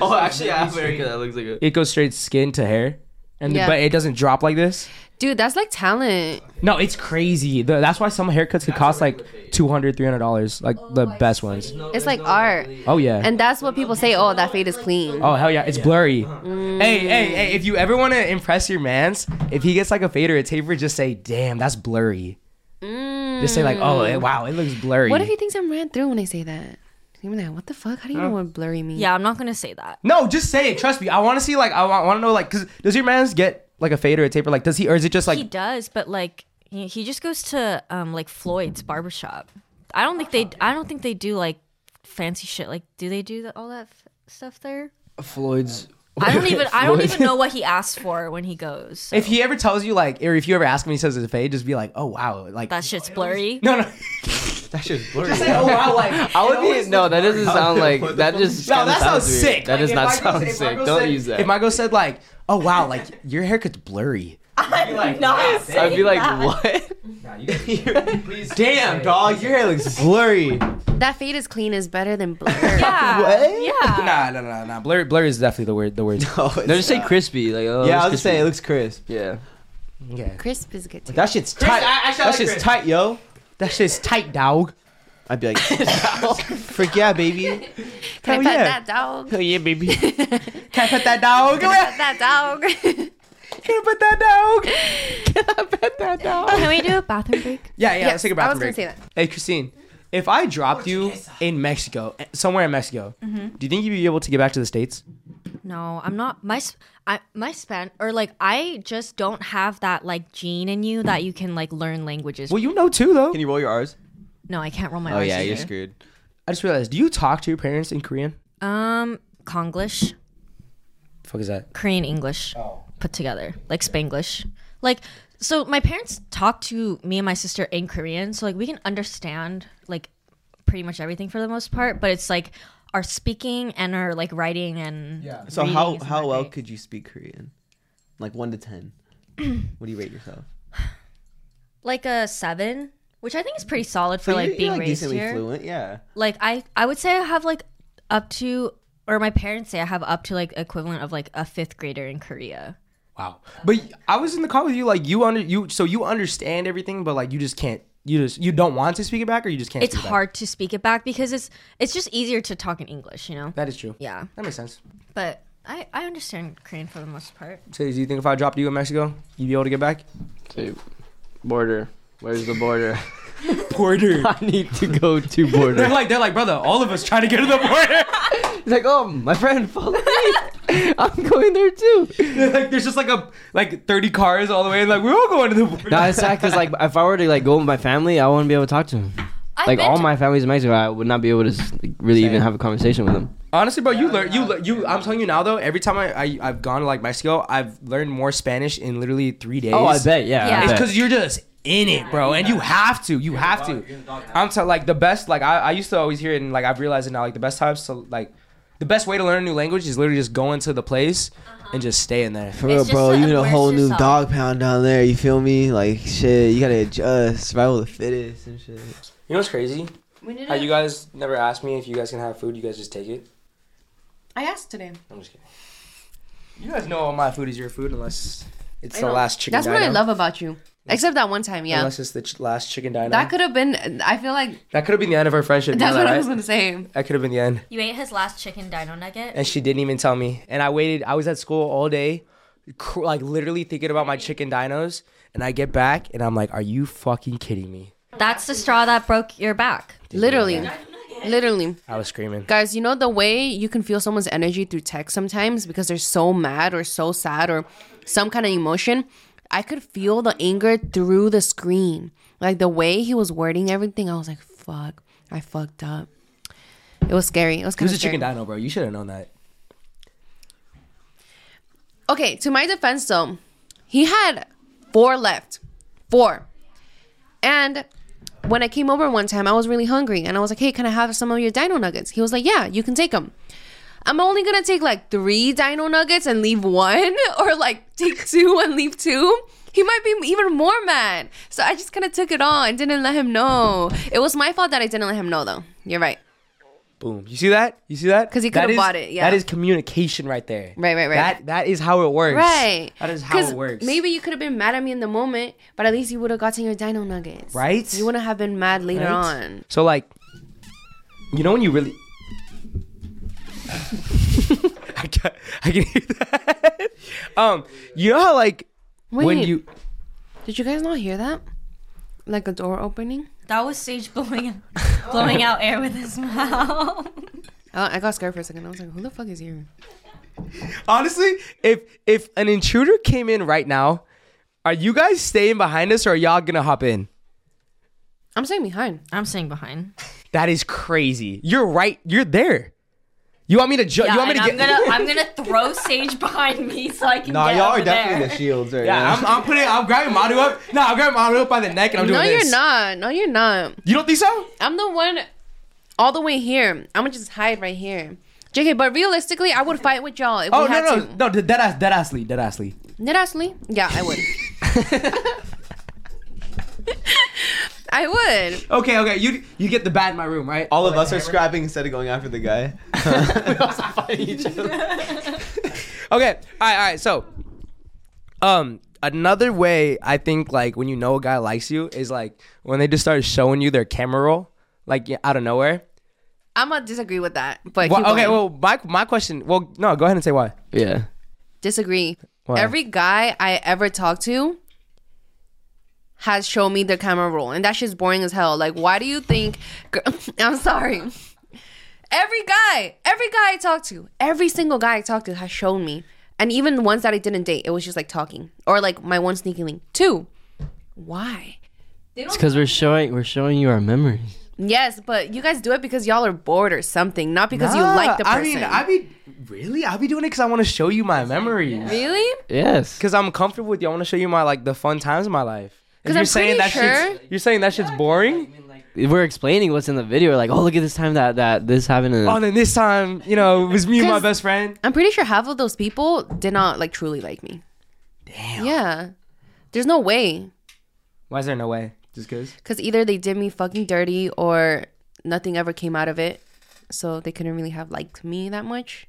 E: Oh, actually, I have America. That looks like a.
B: it goes straight skin to hair, and
A: Yeah.
B: but it doesn't drop like this.
A: Dude, that's like talent.
B: No, it's crazy. The, that's why some haircuts could cost like 200 300 dollars. Like the best ones.
A: It's like art.
B: Oh yeah.
A: And that's what people say, oh, that fade is clean.
B: Oh hell yeah, it's blurry.
E: Uh-huh.
A: Mm.
B: Hey, hey, hey! If you ever want to impress your man's, if he gets like a fade or a taper, just say, "Damn, that's blurry." Just say like, "Oh eh, wow, it looks blurry."
A: Mm. What if he thinks I'm ran through when I say that? He'll be like, what the fuck? How do you know what blurry means?
D: Yeah, I'm not gonna say that.
B: no, just say it. Trust me, I want to see like I want to know like because does your man's get like a fade or a taper? Like does he or is it just
D: he
B: like
D: does, but like he, he just goes to um like Floyd's barbershop. I don't think they I don't think they do like fancy shit. Like do they do the, all that f- stuff there?
E: Floyd's.
D: I don't even I don't even know what he asked for when he goes. so
B: if he ever tells you like or if you ever ask him he says it's a fade, just be like, "Oh wow," like
D: that shit's blurry.
B: no no.
C: That's just blurry.
B: oh wow, like
E: I would be no. That doesn't sound like that. Just
B: No,
E: kinda
B: that sounds
E: weird.
B: sick.
E: That does
B: If
E: not
B: Michael-
E: sound
B: if
E: sick.
B: Michael
E: Don't
B: said-
E: use that.
B: If Michael said like, "Oh wow," like your haircut's blurry.
E: I'd be like, what?
C: Damn, dog, your hair looks blurry.
A: That fade is clean is better than blur.
D: Yeah. Yeah.
C: Ah.
B: Nah, nah, nah, nah. Blur, blur is definitely the word. The word.
E: No, just say crispy. Like, oh,
C: yeah, I was
E: it's
C: just saying it
E: crispy.
C: looks crisp.
E: Yeah.
B: Yeah.
A: Crisp is good too.
C: That shit's tight. that shit's tight, yo.
B: That shit's tight, dog.
C: I'd be like, freak yeah, baby.
B: Oh,
A: Can I pet
C: yeah.
A: that dog?
C: Hell yeah, baby.
B: Can I pet that dog? Can
A: Pet that dog.
B: I pet that dog?
D: Can we do a bathroom break?
B: Yeah, yeah. let's take a
A: I
B: bathroom
A: was gonna
B: break.
A: say that.
B: Hey, Christine, if I dropped you in Mexico, eh, somewhere in Mexico,
A: Mm-hmm.
B: do you think you'd be able to get back to the states?
D: No, I'm not my s- I my span or like I just don't have that like gene in you that you can like learn languages.
B: Well, you know too, though.
C: Can you roll your R's?
D: no, I can't roll my
C: Oh
D: R's
C: yeah, you're
D: either.
C: screwed.
B: I just realized. Do you talk to your parents in Korean?
D: Um Konglish.
B: fuck is that?
D: Korean English put together, like Spanglish. Like, so my parents talk to me and my sister in Korean, so like we can understand like pretty much everything for the most part, but it's like our speaking and our like writing and yeah.
C: So how how well could you speak Korean? Like one to ten. what do you rate yourself?
D: like a seven, which I think is pretty solid for
C: So
D: like
C: you're-
D: being
C: you're,
D: raised
C: decently
D: here.
C: fluent, yeah.
D: Like I, I would say I have like up to, or my parents say I have up to like equivalent of like a fifth grader in Korea.
B: Wow. But I was in the car with you, like you under you, so you understand everything, but like you just can't. You just you don't want to speak it back, or you just can't.
D: It's
B: speak it back?
D: hard to speak it back because it's it's just easier to talk in English, you know.
B: That is true.
D: Yeah.
B: That makes sense.
D: But I, I understand Korean for the most part.
B: So, do you think if I dropped you in Mexico, you'd be able to get back?
E: Dude, border. Where's the border?
B: Porter.
E: I need to go to border.
B: They're like, they're like, brother, all of us trying to get to the border.
E: He's like, oh, my friend, follow me. I'm going there too.
B: They're like, there's just like a like 30 cars all the way, and like we're all going to the border.
E: No, it's sad because like if I were to like go with my family, I wouldn't be able to talk to him.
D: I've
E: Like
D: been
E: all
D: to-
E: my family's in Mexico, I would not be able to s- like, really even have a conversation with them.
B: Honestly, bro, you learn, you learn, you. I'm telling you now though, every time I, I I've gone to like Mexico, I've learned more Spanish in literally three days.
E: Oh, I bet, yeah.
D: Yeah.
E: I
B: It's
E: bet.
B: because you're just in it, bro, and you have to. You have to. I'm telling, like the best. Like I, I used to always hear it, and like I've realized it now. Like the best times to like, the best way to learn a new language is literally just go into the place and just stay in there.
C: For real,
D: just
C: bro,
D: to
C: you need a
D: immerse
C: whole new
D: yourself.
C: dog pound down there. You feel me? Like shit, you gotta adjust. Survival of the fittest and shit.
B: You know what's crazy? How you guys never asked me if you guys can have food. You guys just take it.
A: I asked today.
B: I'm just kidding. You guys know all my food is your food unless It's the last chicken.
A: That's what I
B: dino.
A: love about you. Except that one time, yeah.
B: Unless it's the ch- last chicken dino.
A: that could have been. I feel like
B: That could have been the end of our friendship.
A: that's
B: That's
A: what I was gonna say.
B: That could have been the end.
D: You ate his last chicken dino nugget.
B: And she didn't even tell me. And I waited. I was at school all day, cr- like literally thinking about my chicken dinos. And I get back and I'm like, are you fucking kidding me?
D: That's the straw that broke your back.
A: Literally, literally,
B: I was screaming.
A: guys. You know the way you can feel someone's energy through text sometimes because they're so mad or so sad or some kind of emotion. I could feel the anger through the screen, like the way he was wording everything. I was like, "Fuck, I fucked up." It was scary. It was
B: He
A: kind
B: was
A: of
B: a
A: scary.
B: chicken dino, bro. You should have known that.
A: Okay, to my defense though, he had four left. Four. And when I came over one time, I was really hungry and I was like, hey, can I have some of your dino nuggets? He was like, yeah, you can take them. I'm only gonna take like three dino nuggets and leave one, or like take two and leave two. He might be even more mad. So I just kind of took it all and didn't let him know. It was my fault that I didn't let him know though. You're right.
B: Boom. You see that? You see that?
A: 'Cause he
B: That
A: could've
B: is-
A: bought it, yeah.
B: That is communication right there.
A: Right, right, right.
B: That that is how it works.
A: Right.
B: That is how
A: 'Cause
B: it works.
A: Maybe you could have been mad at me in the moment, but at least you would have gotten your dino nuggets.
B: Right?
A: You wouldn't have been mad later
B: Right?
A: on.
B: So like, you know when you really. I can I can hear that. Um, you know how like when
A: Wait.
B: you
A: Did you guys not hear that? Like a door opening?
D: That was Sage blowing blowing out air with his mouth.
A: Oh, I got scared for a second. I was like, who the fuck is here?
B: honestly, if if an intruder came in right now, are you guys staying behind us or are y'all gonna hop in?
A: I'm staying behind.
D: I'm sitting behind.
B: That is crazy. You're right. You're there. You want me to jump? you want me to
D: and
B: get?
D: I'm gonna I'm gonna throw Sage behind me so I can
H: Nah,
D: get
H: y'all are
D: over
H: definitely
D: there.
H: the shields right
B: yeah, I'm, I'm putting. I'm grabbing Madu up. No, I'm grabbing Madu up by the neck and I'm
A: No,
B: doing this.
A: you're not. No, you're not.
B: You don't think so?
A: I'm the one all the way here. I'm gonna just hide right here. JK, but realistically, I would fight with y'all if
B: Oh
A: we had
B: no no
A: to.
B: no! Dead ass, dead assly, dead assly.
A: Did I sleep? Yeah, I would. I would.
B: Okay, okay. You you get the bat in my room, right?
H: All of us are scrapping instead of going after the guy.
B: Okay. All right. All right. So, um, another way I think like when you know a guy likes you is like when they just start showing you their camera roll, like yeah, out of nowhere.
A: I'm gonna disagree with that. But
B: Well,
A: keep
B: okay.
A: going.
B: Well, my my question. Well, no. Go ahead and say why.
E: Yeah.
A: disagree.
B: Why?
A: Every guy I ever talked to has shown me their camera roll, and that shit's boring as hell. Like, why do you think? gir- I'm sorry. Every guy, every guy I talked to, every single guy I talked to has shown me, and even the ones that I didn't date, it was just like talking or like my one sneaky link. Two, why?
E: It's because we're showing we're showing you our memories.
A: Yes, but you guys do it because y'all are bored or something, not because you
B: Nah,
A: like the person.
B: I mean, I be really. I be doing it because I want to show you my memories.
A: really?
E: Yes.
B: Because I'm comfortable with you. I want to show you my like the fun times of my life.
A: 'Cause
B: you're
A: I'm
B: saying that
A: pretty sure-
B: shit's, you're saying that shit's boring.
E: We're explaining what's in the video. Like, oh, look at this time that that this happened. And
B: Oh, and then this time, you know, it was me and my
A: 'Cause-
B: best friend.
A: I'm pretty sure half of those people did not like truly like me. Damn. Yeah. There's no way.
B: Why is there no way? Just because?
A: Because either they did me fucking dirty or nothing ever came out of it. So they couldn't really have liked me that much.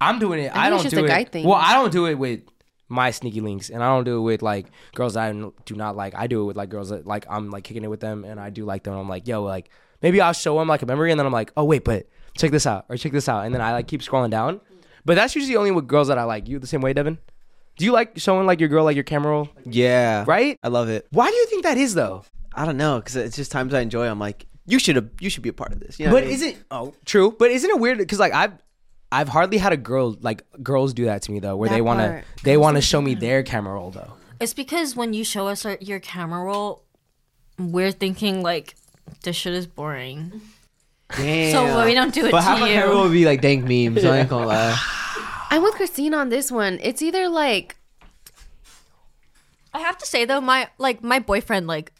B: I'm doing it. I,
A: think
B: don't
A: it's just
B: do
A: a guy
B: it.
A: thing.
B: Well, I don't do it with my sneaky links, and I don't do it with like girls that I n- do not like. I do it with like girls that like I'm like kicking it with them, and I do like them. I'm like, yo, like maybe I'll show them like a memory, and then I'm like, oh wait, but check this out or check this out, and then I like keep scrolling down. But that's usually only with girls that I like. You the same way, Devin? Do you like showing like your girl like your camera roll?
H: Yeah.
B: Right?
H: I love it.
B: Why do you think that is though?
H: I don't know, cause it's just times I enjoy. I'm like, you should have, you should be a part of this. You know what
B: But
H: I mean?
B: isn't oh true? But isn't it weird? Because like I've I've hardly had a girl like girls do that to me though, where
A: That
B: they want to
A: part.
B: they want to show me their camera roll though.
D: It's because when you show us our, your camera roll, we're thinking like this shit is boring. So we don't do it
H: But half
D: to
H: my
D: you.
H: camera would be like dank memes. I ain't gonna lie.
A: I'm with Christine on this one. It's either like,
D: I have to say though, my like my boyfriend like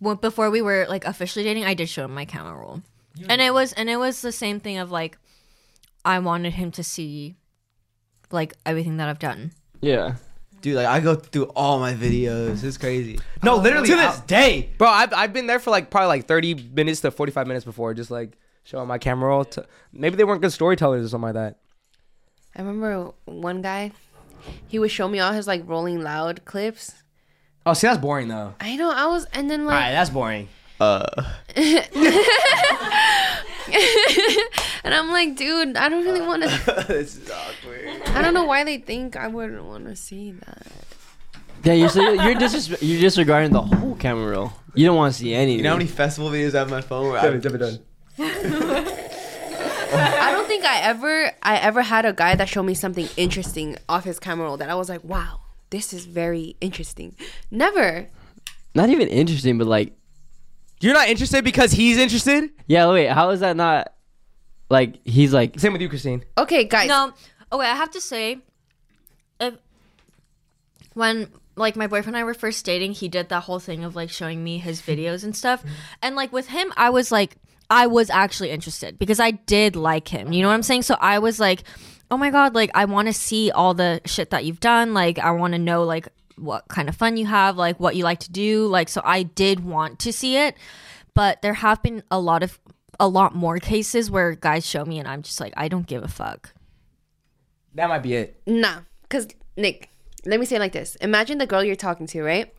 D: w- before we were like officially dating, I did show him my camera roll, and it was and it was the same thing of like I wanted him to see like everything that I've done.
E: yeah.
H: Dude, like I go through all my videos. It's crazy.
B: No, literally
H: to this
B: day, bro. I've I've been there for like probably like thirty minutes to forty five minutes before, just like showing my camera roll. To, maybe they weren't good storytellers or something like that.
A: I remember one guy, he would show me all his like Rolling Loud clips.
B: Oh, see, that's boring though.
A: I know I was, and then
B: All
A: like, Uh.
B: right, that's boring.
A: and I'm like, dude, I don't really want to. this is awkward. I don't know why they think I wouldn't want to see that.
E: Yeah, you're, so, you're, disres- you're disregarding the whole camera roll. You don't want to see anything.
H: You know how many festival videos I have on my phone where I
A: I don't think I ever, I ever had a guy that showed me something interesting off his camera roll that I was like, wow, this is very interesting. Never.
E: Not even interesting, but like,
B: You're not interested because he's interested.
E: yeah, wait, how is that not like he's like
B: Same with you, Christine.
A: Okay, guys.
D: No. Okay, I have to say, if when like my boyfriend and I were first dating, he did that whole thing of like showing me his videos and stuff, and like with him, I was like, I was actually interested because I did like him. You know what I'm saying? So I was like, oh my god, like I want to see all the shit that you've done. Like I want to know like what kind of fun you have, like what you like to do. Like so, I did want to see it, but there have been a lot of a lot more cases where guys show me and I'm just like I don't give a fuck.
B: That might be it.
A: Nah, because Nick, let me say it like this. Imagine the girl you're talking to, right?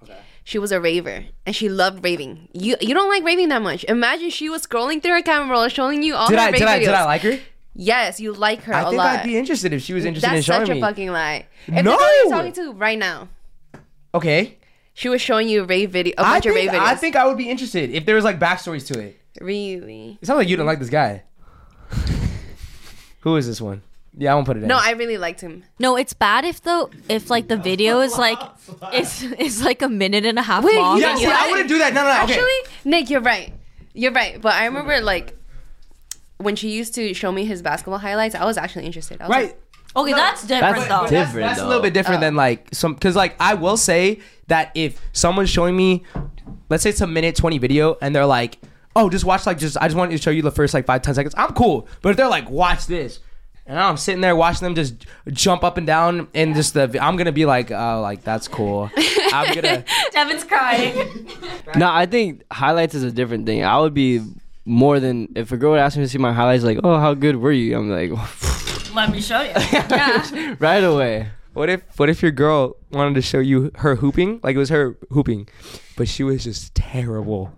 A: She was a raver and she loved raving. You you don't like raving that much. Imagine she was scrolling through her camera roll, showing you all
B: Did
A: her
B: I
A: rave
B: did I
A: videos.
B: did I like her?
A: Yes, you like her a
B: I think
A: lot.
B: I'd be interested if she was interested in
A: That's
B: showing
A: such a
B: me.
A: fucking lie. If
B: No!
A: the girl you're talking to right now,
B: okay.
A: she was showing you rave video, a
B: I
A: bunch of
B: think,
A: rave videos.
B: I think I would be interested if there was like backstories to it.
A: really?
B: It sounds like you don't like this guy. Who is this one? Yeah, I won't put it in.
A: No, I really liked him.
D: No, it's bad if the if like the video is like is is like a minute and a half
A: Wait,
D: long.
A: you-
B: Yeah, see, I wouldn't do that. No, no, no. okay.
A: Actually, Nick, you're right. You're right. But I remember like when she used to show me his basketball highlights, I was actually interested. I was
B: right.
A: like,
D: okay, that's different
E: That's
D: though. Oh.
E: different.
B: That's a
E: though.
B: little bit different than like some because like I will say that if someone's showing me, let's say it's a minute twenty video and they're like, oh, just watch like just I just wanted to show you the first like five ten seconds. I'm cool, but if they're like, watch this. And I'm sitting there watching them just jump up and down, and just the I'm gonna be like, oh, like that's cool. I'm gonna
D: Devin's crying.
E: No, I think highlights is a different thing. I would be more than if a girl would ask me to see my highlights, like, oh, how good were you? I'm like,
D: Let me show you. Yeah.
E: right away.
B: What if what if your girl wanted to show you her hooping? Like it was her hooping, but she was just terrible.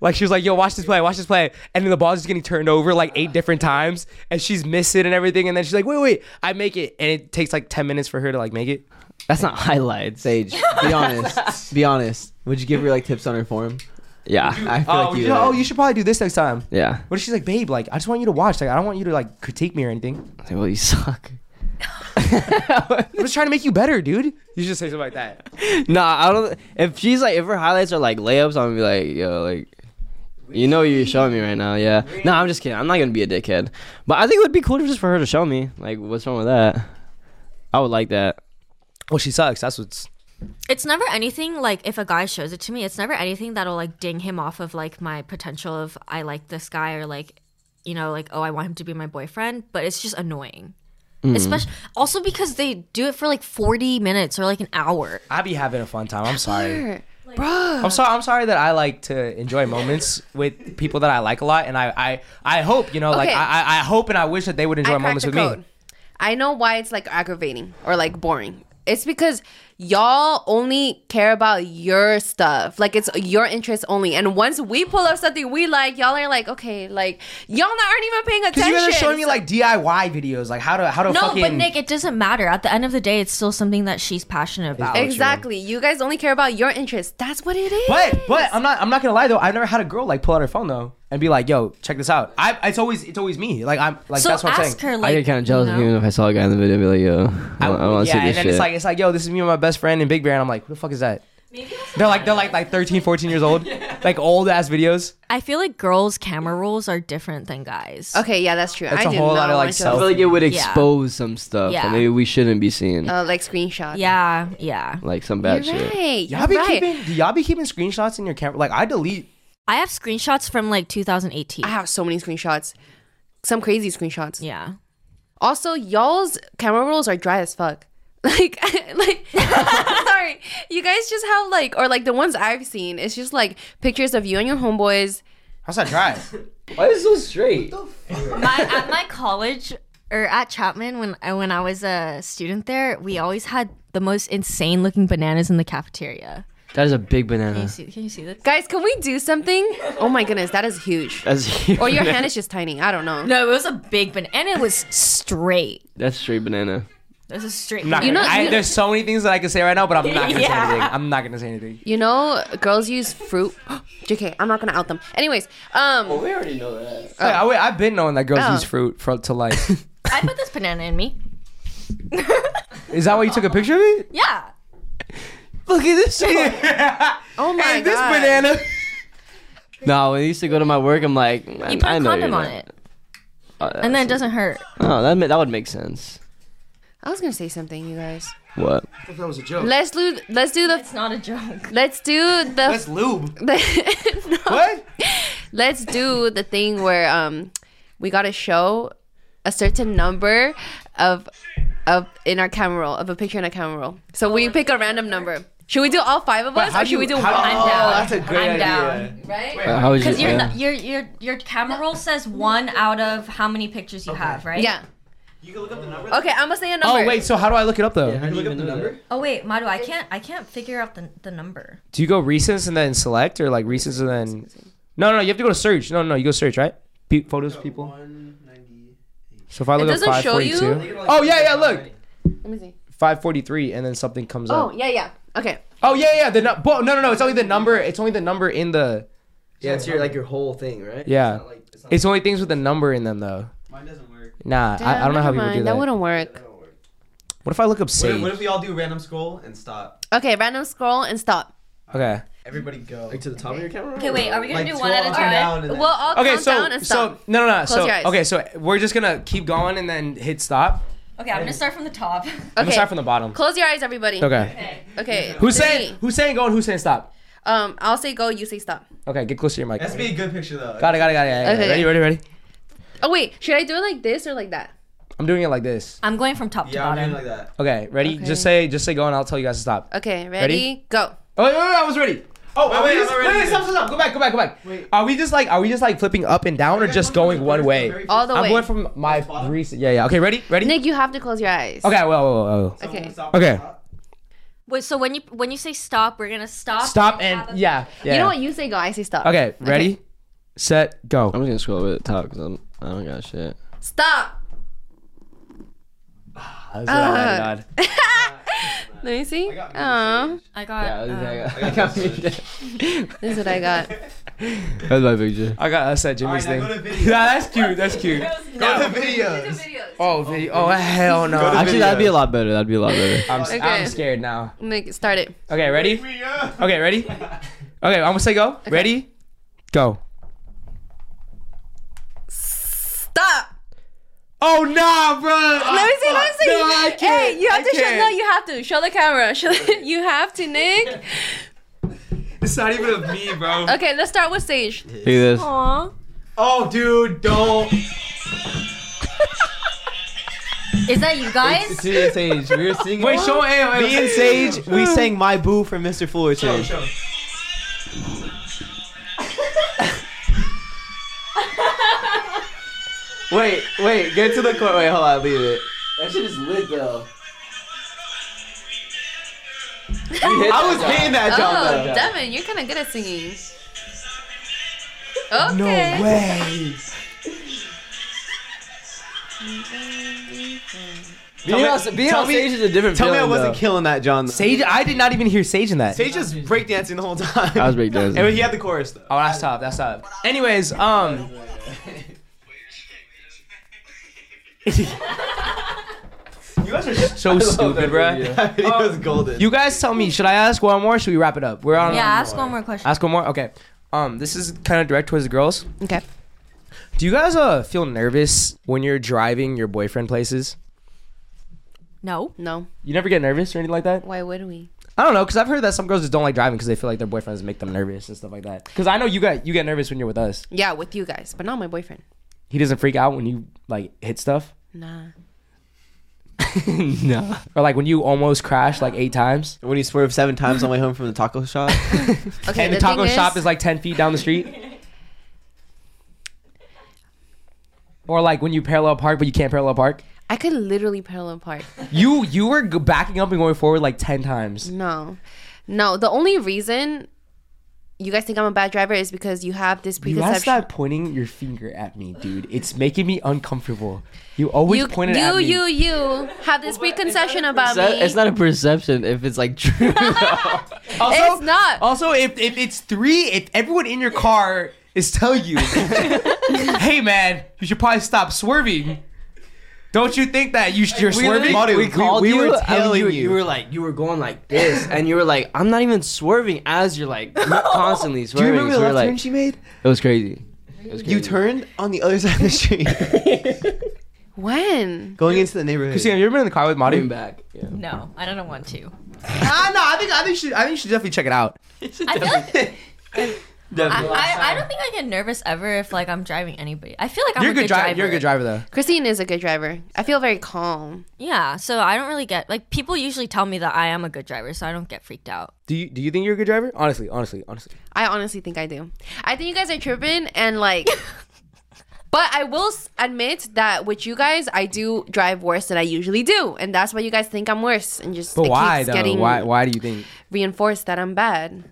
B: Like she was like, "Yo, watch this play, watch this play," and then the ball's just getting turned over like eight different times, and she's missing and everything, and then she's like, "Wait, wait, I make it," and it takes like ten minutes for her to like make it.
E: That's not highlights.
H: Sage, be honest. Be honest. Would you give her like tips on her form?
E: Yeah,
H: I feel like you.
B: oh, you should probably do this next time.
E: yeah.
B: What if she's like, "Babe, like I just want you to watch. Like I don't want you to like critique me or anything.
E: I was like, well, you suck.
B: I'm just trying to make you better, dude." You should say something like that.
E: Nah, I don't. If she's like, if her highlights are like layups, I'm gonna be like, yo, like, you know, what you're showing me right now. Yeah. No, I'm just kidding. I'm not gonna be a dickhead. But I think it would be cool just for her to show me. Like, what's wrong with that? I would like that.
B: Well, she sucks. That's what's.
D: It's never anything like if a guy shows it to me, it's never anything that'll like ding him off of like my potential of I like this guy or like you know like oh I want him to be my boyfriend, but it's just annoying. Especially also because they do it for like 40 minutes or like an hour.
B: I be having a fun time. I'm sorry.
A: bro.
B: I'm sorry. I'm sorry that I like to enjoy moments with people that I like a lot, and I, I, I hope you know, like
A: Okay.
B: I, I- I hope and I wish that they would enjoy
A: I cracked
B: moments
A: the
B: with
A: code.
B: me.
A: I know why it's like aggravating or like boring. It's because y'all only care about your stuff. Like it's your interest only. And once we pull up something we like, y'all are like, okay, like y'all not aren't even paying
B: Because
A: attention.
B: you guys are showing me like DIY videos, like how to how to
D: No,
B: fucking.
D: but Nick, it doesn't matter. At the end of the day, it's still something that she's passionate about.
A: Exactly. You guys only care about your interest. That's what it is.
B: but but I'm not I'm not gonna lie though. I've never had a girl like pull out her phone though and be like, "Yo, check this out." I it's always it's always me. Like I'm like
D: so
B: that's what I'm saying.
D: ask her like
E: I get kind of jealous
D: you know?
E: even if I saw a guy in the video, I'd be like, yo, I, don't- I want
B: yeah,
E: to see
B: and
E: this
B: then
E: shit.
B: it's like it's like, "Yo, this is me and my best friend and Big Bear," and I'm like, "Who the fuck is that?" They're like they're like like 13, 14 years old, like old ass videos.
D: I feel like girls' camera rolls are different than guys.
A: Okay, yeah, that's true.
B: That's
A: I
B: a
A: did
B: whole
A: not
B: lot of,
A: want
B: like,
A: to-
E: I
B: self-
E: feel like it would
D: Yeah.
E: expose some stuff
D: Yeah.
E: that maybe we shouldn't be seeing,
A: uh, like screenshot.
D: Yeah, yeah.
E: like some
A: You're
E: bad shit.
A: right.
B: Y'all
A: You're
B: be
A: right.
B: keeping do y'all be keeping screenshots in your camera? Like I delete
D: I have screenshots from like 2018.
A: I have so many screenshots. Some crazy screenshots.
D: yeah.
A: Also, y'all's camera rolls are dry as fuck. Like, like, sorry, you guys just have like, or like the ones I've seen, it's just like pictures of you and your homeboys.
B: How's that dry?
E: Why is it so straight?
D: My, at my college or at Chapman when I- when I was a student there, we always had the most insane looking bananas in the cafeteria.
E: That is a big
D: Can you
E: banana.
D: see? Can you see this?
A: Guys, can we do something? Oh my goodness, that is huge.
E: That's huge.
A: Or your hand is just tiny. I don't know.
D: No, it was a big banana, and it was straight.
E: That's straight banana.
D: It was a straight.
B: I'm not
A: You
B: gonna-
A: know-
B: I-
A: you-
B: there's so many things that I can say right now, but I'm not gonna
D: Yeah.
B: say anything. I'm not gonna say anything.
A: You know, girls use fruit. JK, I'm not gonna out them. Anyways, um,
E: We already know that.
B: Hey, I, have been knowing that girls
A: Oh.
B: use fruit for to like.
D: I put this banana in me.
B: Is that why you took a picture of it?
D: Yeah.
E: Look at this. one.
A: oh my
B: this
A: god,
B: banana.
E: no, when I used to go to my work, I'm like,
D: You put
E: I
D: a
E: know
D: condom
E: you're
D: on
E: not-
D: it,
E: Oh,
D: and then it
E: that's-
D: doesn't hurt.
E: oh, that ma- that would make sense.
A: I was gonna say something, you guys.
E: What?
F: that was a joke.
A: Let's do, let's do the,
D: It's not a joke.
A: let's do the,
B: That's lube.
A: No.
B: What?
A: Let's do the thing where um we gotta show a certain number of of in our camera roll of a picture in a camera roll. So we pick a random number. Should we do all five of us,
B: how
A: or
B: do
A: should we
B: you-
A: do one?
B: how-
D: I'm down.
C: that's a great
D: I'm
C: idea.
D: down.
A: Right?
E: Uh, How would you?
D: Because your
E: yeah.
D: your your your camera roll says one out of how many pictures you have, right?
A: Yeah. Okay, I'm gonna say a number.
B: Oh wait, so how do I look it up though?
D: Oh wait, Madu, I can't I can't figure out the the number.
B: Do you go recents and then select, or like recents and then? No, no, no. You have to go to search. No, no, no, you go search, right? Pe- photos, people. So if I look at
A: doesn't
B: five
A: show you?
B: forty-two. Oh yeah, yeah. Look,
A: Let me see.
B: five forty-three, and then something comes
A: Oh
B: up.
A: yeah, yeah. Okay.
B: Oh yeah, yeah. The nu- bo- no, no, no. It's only the number. It's only the number in the.
E: Yeah, it's your like your whole thing, right?
B: Yeah. It's only things with a number in them though.
C: Mine doesn't work.
B: Nah, I, I don't know how
A: Never
B: people do
A: mind,
B: that.
A: wouldn't work.
B: what if I look up Sage?
C: What if we all do random scroll and stop?
A: Okay, random scroll and stop.
B: okay.
C: Everybody go.
E: to the top of your camera.
D: Okay, wait, are we gonna
C: Like
D: do
C: two
D: one at a
C: up and
D: time?
C: down and then-
A: Well, I'll
B: Okay,
A: count down
B: so
A: and
B: so
A: stop.
B: no, no, no.
A: Close
B: so
A: your eyes.
B: okay, so we're just gonna keep going and then hit stop.
D: Okay, I'm gonna start from the top.
B: I'm gonna
A: okay.
B: start from the bottom.
A: Close your eyes, everybody.
B: Okay.
A: Okay.
B: Who's
A: three.
B: saying? Who's saying go and who's saying stop?
A: Um, I'll say go. You say stop.
B: Okay, get close to your mic.
C: That's be a good picture though.
B: Got it, got it, got it. got it.
A: Okay.
B: Ready, ready, ready.
A: Oh wait, should I do it like this or like that?
B: I'm doing it like this.
D: I'm going from top to
C: Yeah, I'm doing
D: bottom.
C: like that.
B: Okay, ready?
A: Okay.
B: Just say, just say go, and I'll tell you guys to stop.
A: Okay,
B: Ready?
A: ready? Go.
B: Oh wait, wait, wait, I was ready. Oh
C: Wait,
B: are
C: wait,
B: we
C: I'm
B: just-
C: not ready
B: wait, wait,
C: yet.
B: stop, stop, stop. Go back, go back, go back. Are we just like, are we just like flipping up and
C: Oh,
B: down, or just going one way?
A: All the
B: I'm
A: way.
B: going from my recent. Yeah, yeah. Okay, ready, ready.
A: Nick, you have to close your eyes.
B: Okay, well, well, well, well.
A: Okay.
B: Okay.
D: Wait, so when you when you say stop, we're gonna stop.
B: Stop and yeah, yeah.
A: You know what? You say go. I say stop.
B: Okay, ready, set,
E: I'm
B: go.
E: just gonna scroll over the top because I'm I don't got shit.
A: Stop.
B: Uh,
A: Let me see. Oh,
D: I got.
E: I got
A: this is what I got.
E: That's my picture.
B: I got us at Jimmy's
C: Alright, now go to
B: thing.
C: video.
B: yeah, that's cute. That's cute.
C: Go to videos.
B: Oh, video. Oh, hell no.
C: to
B: I'm,
E: Actually, that'd be a lot better. That'd be a lot better.
B: I'm,
A: Okay.
B: I'm scared now.
A: Nick, start it.
B: Okay, ready? Okay, ready? Okay, I'm gonna say go. Ready? Go.
A: Stop.
B: Oh nah, bro.
A: Let me see. Let me see.
B: No, I can't.
A: Hey, you have
B: I
A: to show.
B: can't.
A: No, you have to show the camera. Show the, you have to, Nick.
B: It's not even a me, bro.
A: Okay, let's start with Sage.
E: Look at this.
D: Aw.
C: Oh, dude, don't.
D: Is that you guys?
E: See this age. We were singing.
B: Wait, show hey,
C: Me and Sage, we sang "My Boo" for Mr. Fullerton.
E: Wait, wait. Get to the court. Wait, hold on. Leave it. That shit is lit though.
C: I was hitting that job
A: Oh,
C: though.
A: Devin, you're kind of good at singing.
B: No
A: Okay.
B: way.
E: Being on, being on
C: me-
E: stage is a different
C: Tell me I
E: feeling,
C: wasn't
E: though.
C: killing that John. Though.
B: Sage, I did not even hear Sage in that.
C: Sage is breakdancing the whole time.
E: I was breakdancing.
C: And he had the chorus though.
B: Oh, that's tough. That's tough. Anyways, um.
C: You guys are.
B: So stupid, bruh.
C: That video was golden.
B: You guys tell me, should I ask one more? Or should we wrap it up? We're on.
D: Yeah. Ask one more question.
B: Ask one more. Okay. Um, this is kind of direct towards the girls.
A: Okay.
B: Do you guys uh feel nervous when you're driving your boyfriend places?
D: No.
A: No.
B: You never get nervous or anything like that?
A: Why would we?
B: I don't know, cause I've heard that some girls just don't like driving because they feel like their boyfriends make them nervous and stuff like that. Cause I know you got you get nervous when you're with us.
A: Yeah, with you guys, but not my boyfriend.
B: He doesn't freak out when you like hit stuff
A: Nah.
E: no.
B: or like when you almost crash like eight times.
C: When he swerved seven times on the way home from the taco shop.
A: Okay.
B: and the, taco shop is like ten feet down the street. Or like when you parallel park, but you can't parallel park.
A: I could literally parallel park.
B: You you were g- backing up and going forward like ten times.
A: No, no. The only reason you guys think I'm a bad driver is because you have this
B: You gotta
A: preconception.
B: stop pointing your finger at me, dude. It's making me uncomfortable. You always
A: You,
B: point it
A: you,
B: at me.
A: you, you have this preconception about me.
E: It's not a perception if it's like true.
A: It's not.
E: Oh.
B: Also, if, if it's three, if everyone in your car is telling you, hey man, you should probably stop swerving. Don't you think that you, you're swerving?
H: Mario,
E: we called
H: we
E: you,
H: were
E: and
H: telling
E: were-
H: you.
E: you were like, you were going like this, and you were like, I'm not even swerving as you're like constantly
H: Do you
E: swerving.
H: remember
E: so
H: the
E: we're
H: left
E: like,
H: turn she made?
E: it was crazy. It was
H: You
E: crazy.
H: turned on the other side of the street,
A: When?
H: going into the neighborhood.
B: Christina, have you ever been in the car with Madi?
E: Coming back. Yeah.
D: No, I don't want to.
B: Ah, no, I think I think she I think she should definitely check it out.
D: I feel like. I, I, I don't think I get nervous ever if like I'm driving anybody. I feel like I'm
B: You're a
D: a
B: good driver.
D: driver.
B: You're a good driver though.
A: Christine is a good driver. I feel very calm.
D: Yeah, so I don't really get like people usually tell me that I am a good driver, so I don't get freaked out.
B: Do you do you think you're a good driver? Honestly, honestly, honestly.
A: I honestly think I do. I think you guys are tripping and like. But I will s- admit that with you guys, I do drive worse than I usually do, and that's why you guys think I'm worse, and just
B: But
A: it
B: why
A: keeps
B: though?
A: getting
B: Why why do you think?
A: reinforced that I'm bad.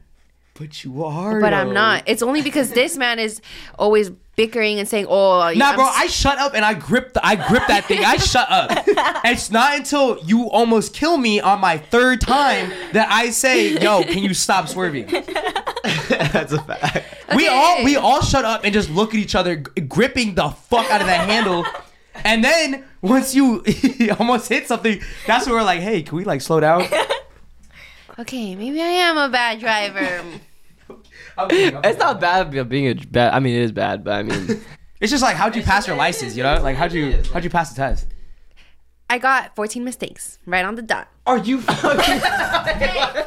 H: but you are.
A: But I'm not. It's only because this man is always bickering and saying, "Oh,
B: Nah,
A: I'm
B: bro,
A: s-
B: I shut up and I grip the, I grip that thing. I shut up. And it's not until you almost kill me on my third time that I say, "Yo, can you stop swerving?"
H: That's a fact.
B: We
A: Okay.
B: all we all shut up and just look at each other, g- gripping the fuck out of the handle. And then once you almost hit something, that's when we're like, "Hey, can we like slow down?"
A: okay, maybe I am a bad driver."
E: It's not bad be- being a bad. I mean, it is bad, but I mean,
B: It's just like, how'd you pass your license? You know, like how'd you how'd you pass the test?
A: I got 14 mistakes right on the dot.
B: Are you
A: And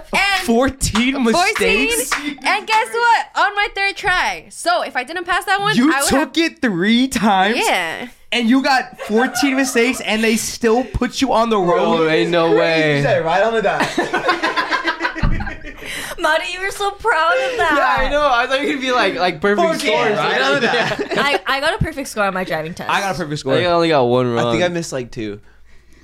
B: fourteen
A: 14.
B: mistakes?
A: And guess what? On my third try. So if I didn't pass that one,
B: You
A: I would have.
B: took it three times.
A: Yeah.
B: and you got 14 mistakes and they still put you on the
E: oh,
B: road.
E: ain't no
H: You
E: way.
H: said it right on the dot.
D: Madi, you were so proud of that.
E: I know. I thought you could be like like perfect score.
H: Yeah, right on the dot.
D: I, I got a perfect score on my driving test.
B: I got a perfect
E: I think I
B: score.
E: only got one wrong.
H: I think I missed like two.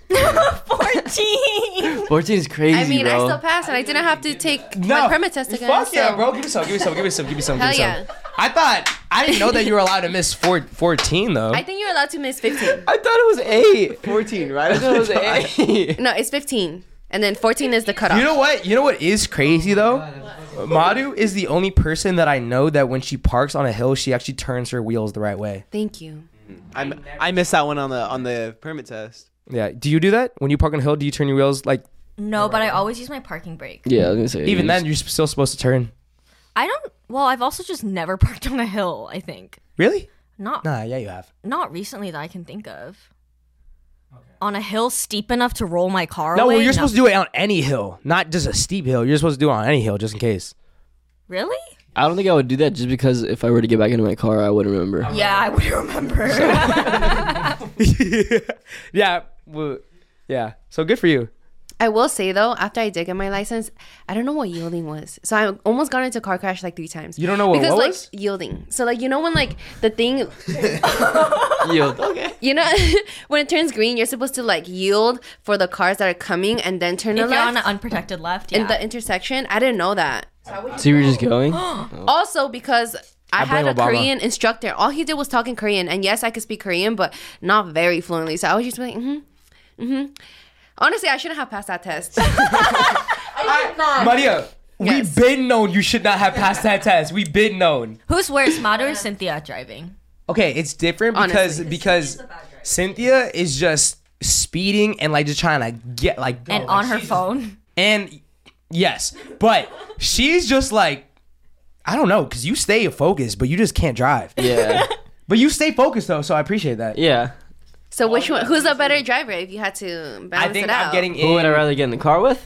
D: fourteen.
E: 14 is crazy,
A: I mean, I
E: bro.
A: still passed, and I didn't have to take my permit test again.
B: Fuck yeah,
A: so-
B: bro. Give me some. Give me some. Give me some. Give me some. Give me
A: Hell
B: some.
A: yeah.
B: I thought I didn't know that you were allowed to miss four, 14 though.
A: I think you're allowed to miss 15.
E: I thought it was eight.
H: 14, right?
E: I thought it was eight.
A: No, it's 15, and then 14 is the cutoff.
B: you know what? You know what is crazy though? Madu is the only person that I know that when she parks on a hill, she actually turns her wheels the right way.
A: Thank you.
H: I, I missed that one on the on the permit test.
B: Yeah. Do you do that when you park on a hill? Do you turn your wheels like?
D: No, but I always use my parking brake.
E: yeah, I was gonna say.
B: Even then, you're still supposed to turn.
D: I don't. Well, I've also just never parked on a hill. I think
B: Really?
D: not
B: Nah. Yeah, you have.
D: not recently that I can think of. On a hill steep enough to roll my car.
B: No,
D: away?
B: well, you're supposed to do it on any hill, not just a steep hill. You're supposed to do it on any hill, just in case.
D: Really?
B: Oh,
E: I don't think I would do that just because if I were to get back into my car, I would remember.
D: Yeah, I would remember.
B: yeah, well, yeah. So good for you.
A: I will say though, after I did get my license, I don't know what yielding was. So I almost got into a car crash like three times.
B: You don't know what
A: because
B: what
A: like
B: was?
A: yielding. So like you know when like the thing
E: Yo, okay.
A: you know when it turns green, you're supposed to like yield for the cars that are coming and then turn
D: if
A: left
D: you're on an unprotected left, yeah.
A: in the intersection. I didn't know that.
E: So you were just going?
A: Also because I,
B: Oh. I
A: had a
B: blame Obama.
A: Korean instructor. All he did was talking Korean, and yes, I could speak Korean, but not very fluently. So I was just like, mm-hmm, mm-hmm. Honestly, I shouldn't have passed that test.
B: Maria,
A: Yes.
B: we been known you should not have passed that test. We been known.
D: Who's worse, Madu or Cynthia at driving?
B: Okay, it's different because
A: Honestly.
B: because Cynthia is just speeding and like just trying to get Oh, like go.
D: and on her phone.
B: and yes, but she's just like I don't know because you stay focused, but you just can't drive.
E: Yeah.
B: But you stay focused though, so I appreciate that.
E: Yeah.
A: so which one? Who's a better driver? If you had to balance
B: I think
A: it out,
B: I'm getting.
E: Who would I
B: in-
E: rather get in the car with?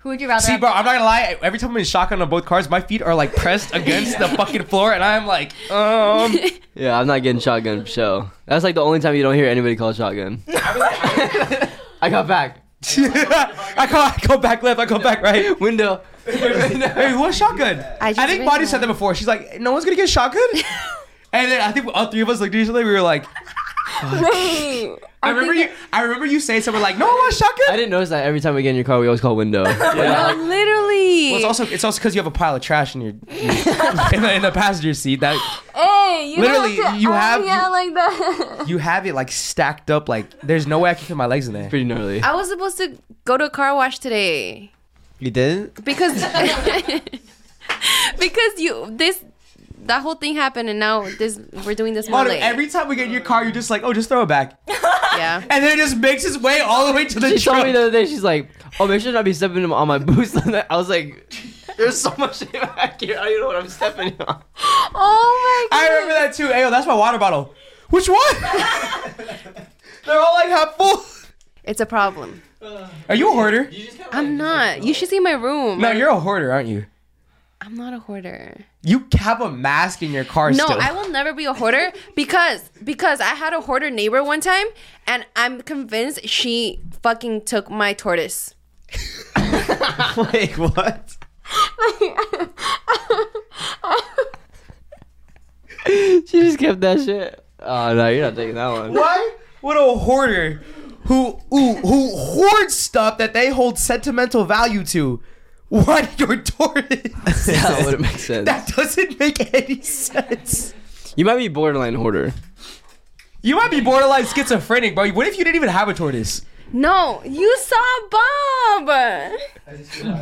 D: Who would you rather?
B: See,
D: have-
B: bro, I'm not gonna lie. Every time I'm in shotgun on both cars, my feet are like pressed against the fucking floor, and I'm like, um.
E: Yeah, I'm not getting shotgun for show. That's like the only time you don't hear anybody call shotgun. I got back.
B: I go, I go back left, I go back right.
E: Window.
B: Hey, what's shotgun? I,
A: just
B: think
A: read
B: Bonnie
A: that.
B: said that before. She's like, no one's gonna get shotgun. And then I think all three of us looked at each other. We were like,
D: Wait,
B: I remember you. I remember you saying something like, "No, I'm shotgun."
E: I didn't notice that every time we get in your car, we always call window.
A: No, literally.
B: Well, it's also it's also because you have a pile of trash in your in, the, in the passenger seat that
D: hey, you
B: Literally,
D: don't have to
B: you
D: act
B: have-
D: yeah, like that.
B: you have it like stacked up like there's no way I can fit my legs in there.
E: Pretty gnarly.
A: I was supposed to go to a car wash today
C: You didn't?
A: because because you this that whole thing happened and now this we're doing this more
B: Manu,
A: late.
B: every time we get in your car, you're just like, oh, just throw it back,
A: yeah.
B: and then it just makes its way all the way to the
E: She told
B: truck.
E: me the other day, she's like, "Oh, make sure not be stepping on my boots." I was like, "There's so much shit back here. I don't even know what I'm stepping on."
A: Oh my
B: I
A: god.
B: remember that too. Ayo, that's my water bottle. Which one? They're all like half full.
A: It's a problem.
B: Are you a hoarder?
A: I'm not. You should see my room.
B: No, you're a hoarder, aren't you?
A: I'm not a hoarder.
B: You have a mask in your car
A: No,
B: still.
A: I will never be a hoarder because because I had a hoarder neighbor one time and I'm convinced she fucking took my tortoise.
C: Like what?
E: She just kept that shit. Oh no, you're not taking that one.
B: Why would a hoarder who who who hoards stuff that they hold sentimental value to want your tortoise?
E: That wouldn't make sense.
B: that doesn't make any sense.
E: You might be borderline hoarder.
B: You might be borderline schizophrenic, bro. What if you didn't even have a tortoise?
A: No, you saw Bob.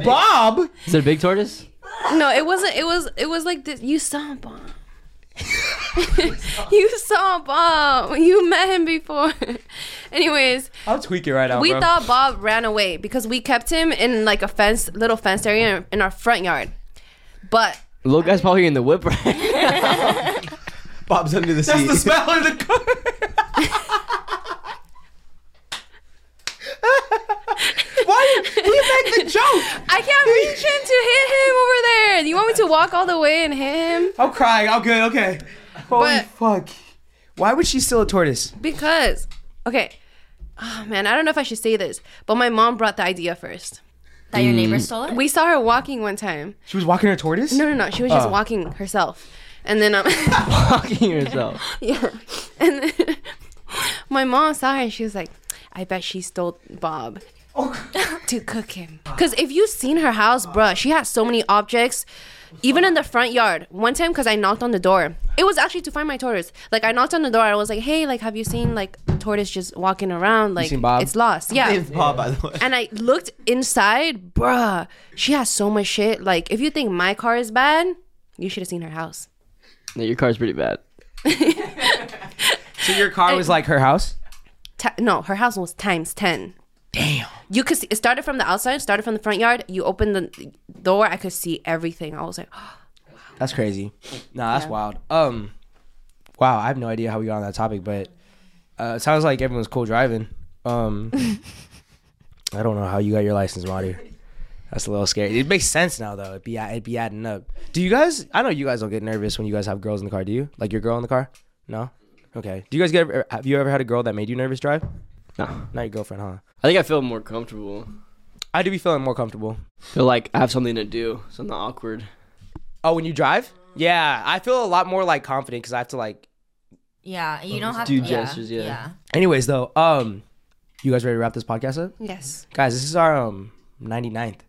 B: Bob?
E: Is it a big tortoise?
A: No, it wasn't. It was. It was like this. You saw Bob. you saw Bob. You met him before. Anyways,
B: I'll tweak it right now,
A: we
B: Oh, bro.
A: thought Bob ran away because we kept him in like a fence, little fenced area in- in our front yard. But
E: Little guy's probably in the whip right.
C: Bob's under the seat.
B: the smell of the car. Why he made the joke?
A: I can't reach him to hit him over there. You want me to walk all the way and hit him?
B: I'm crying. I'm good. Okay. Holy
A: But-
B: fuck. Why was she still a tortoise?
A: Because, okay, oh man, I don't know if I should say this, but my mom brought the idea first.
D: that your neighbor stole it.
A: We saw her walking one time.
B: She was walking her tortoise?
A: No, no, no. She was just walking herself, and then um,
E: Fucking yourself.
A: yeah, and then my mom saw her and she was like, "I bet she stole Bob." to cook him because if you've seen her house bruh she has so many objects even in the front yard one time because i knocked on the door it was actually to find my tortoise like i knocked on the door i was like hey like have you seen like tortoise just walking around like
B: seen Bob?
A: it's lost yeah
C: It's Bob, by the way.
A: and I looked inside, bruh. She has so much shit. Like, if you think my car is bad, you should have seen her house.
E: No, your car's pretty bad.
B: So your car was like her house?
A: Ti no, her house was times ten.
B: Damn.
A: You could see, it started from the outside, started from the front yard. You opened the door, I could see everything. I was like,
B: That's crazy. Nah, that's wild. Um, wow, I have no idea how we got on that topic, but uh, it sounds like everyone's cool driving. Um, I don't know how you got your license, Madu. That's a little scary. It makes sense now though. It'd be it'd be adding up. Do you guys? I know you guys don't get nervous when you guys have girls in the car. Do you? Like your girl in the car? No. Okay. Do you guys get? Have you ever had a girl that made you nervous drive?
E: No.
B: Not your girlfriend, huh?
E: I think I feel more comfortable.
B: I do be feeling more comfortable.
E: Feel like I have something to do. So I'm not awkward.
B: Oh, when you drive? Yeah, I feel a lot more like confident because I have to like.
D: yeah, you don't have
E: do
D: to
E: gestures, yeah.
D: yeah.
B: Anyways, though, um, you guys ready to wrap this podcast up?
A: yes.
B: Guys, this is our um 99th.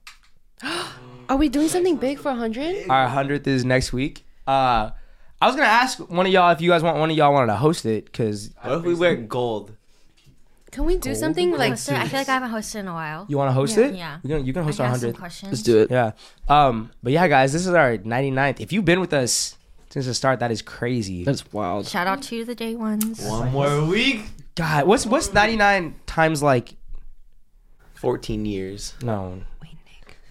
A: Are we doing something big for 100?
B: Our 100th is next week. Uh I was going to ask one of y'all if you guys want one of y'all wanted to host it cuz
C: What if we wear gold?
A: Can we do something like.
D: Hosted- I feel like I haven't hosted in a while.
B: you want to host it?
D: Yeah.
B: You can you can host
D: I
B: our
D: have some
B: 100th.
D: questions.
E: Let's do it.
B: Yeah. Um but yeah, guys, this is our 99th. If you've been with us since the start, that is crazy.
E: That's wild.
D: Shout out to the day ones.
C: One more week.
B: God, what's what's 99 times like
C: 14 years.
B: no.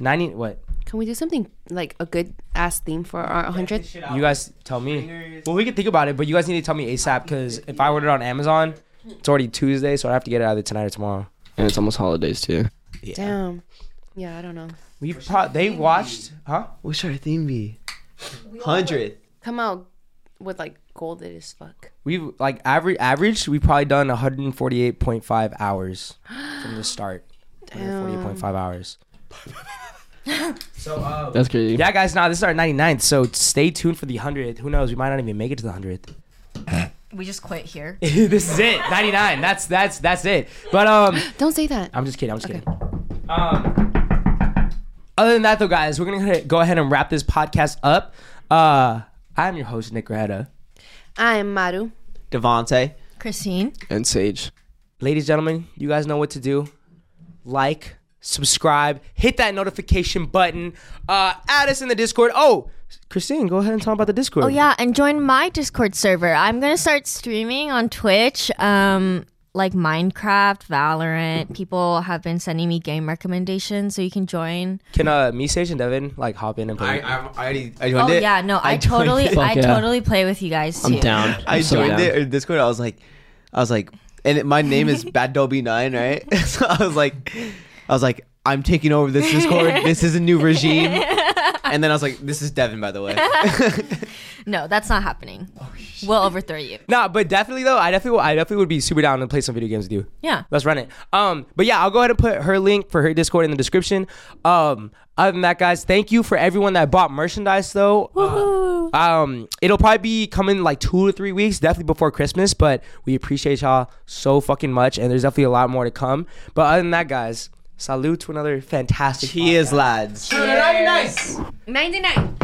B: 90 what?
A: Can we do something like a good ass theme for our 100?
B: You guys tell me. Well, we can think about it, but you guys need to tell me ASAP cuz if I order it on Amazon, it's already Tuesday, so I have to get it either tonight or tomorrow.
E: And it's almost holidays too.
A: Damn. Yeah, I don't know.
B: We pro- they watched, huh?
C: What should our theme be? 100.
A: Come out with like golded as fuck.
B: We've like average average. We've probably done 148.5 hours from the start. 148.5 hours.
E: That's crazy. uh,
B: Yeah, guys. Now this is our 99th, so stay tuned for the 100th. Who knows? We might not even make it to the 100th.
D: We just quit here.
B: this is it. 99. That's that's that's it. But um
A: Don't say that.
B: I'm just kidding. I'm just kidding. Um, other than that, though, guys, we're gonna go ahead and wrap this podcast up. Uh, I'm your host, Nick Greta.
A: I am Maru.
C: Devonte.
D: Christine.
E: And Sage.
B: Ladies and gentlemen, you guys know what to do. Like, subscribe, hit that notification button, uh, add us in the Discord. Oh, Christine, go ahead and talk about the Discord.
D: Oh yeah, and join my Discord server. I'm gonna start streaming on Twitch. Um like Minecraft, Valorant. People have been sending me game recommendations, so you can join.
B: Can uh, me, Sage, and Devin like hop in and play?
H: I, I, I already I joined
D: Oh
H: it.
D: yeah, no, I,
H: joined
D: totally
H: it.
D: I
E: Fuck yeah.
D: totally play with you guys too.
E: I'm down.
C: I
E: I'm so
C: joined
E: down.
C: it in Discord. I was like, I was like, and it, my name is Bad Dolby Nine, right? so I was like, I was like, I'm taking over this Discord. this is a new regime. And then I was like, this is Devin, by the way.
D: No, that's not happening. we'll overthrow you.
B: Nah, but definitely though, I definitely, I definitely would be super down to play some video games with you.
D: Yeah.
B: let's run it. Um, but yeah, I'll go ahead and put her link for her Discord in the description. Um, other than that, guys, thank you for everyone that bought merchandise though. Uh, um, it'll probably be coming like two to three weeks, definitely before Christmas. But we appreciate y'all so fucking much, and there's definitely a lot more to come. But other than that, guys, salute to another fantastic.
C: he is lads.
A: 99.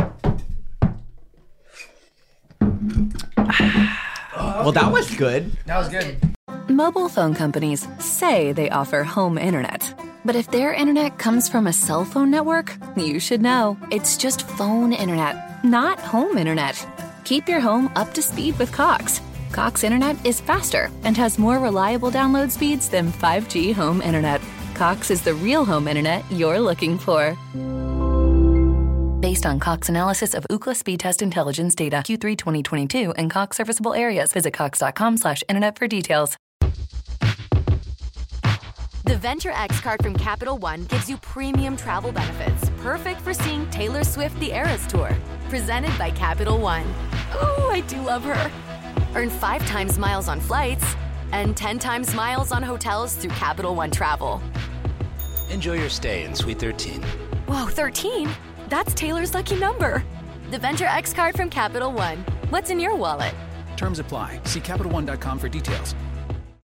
C: Well, that was good.
J: Mobile phone companies say they offer home internet. But if their internet comes from a cell phone network, you should know. It's just phone internet, not home internet. Keep your home up to speed with Cox. Cox internet is faster and has more reliable download speeds than 5G home internet. Cox is the real home internet you're looking for. Based on Cox analysis of Ookla speed test intelligence data Q3 2022 and Cox serviceable areas, visit cox.com/internet slash internet for details.
K: The Venture X card from Capital One gives you premium travel benefits, perfect for seeing Taylor Swift The Eras Tour. Presented by Capital One. Ooh, I do love her. Earn five times miles on flights and 10 times miles on hotels through Capital One Travel.
L: Enjoy your stay in Suite 13.
K: Whoa, 13? That's Taylor's lucky number. The Venture X card from Capital One. What's in your wallet?
L: Terms apply. See CapitalOne.com for details.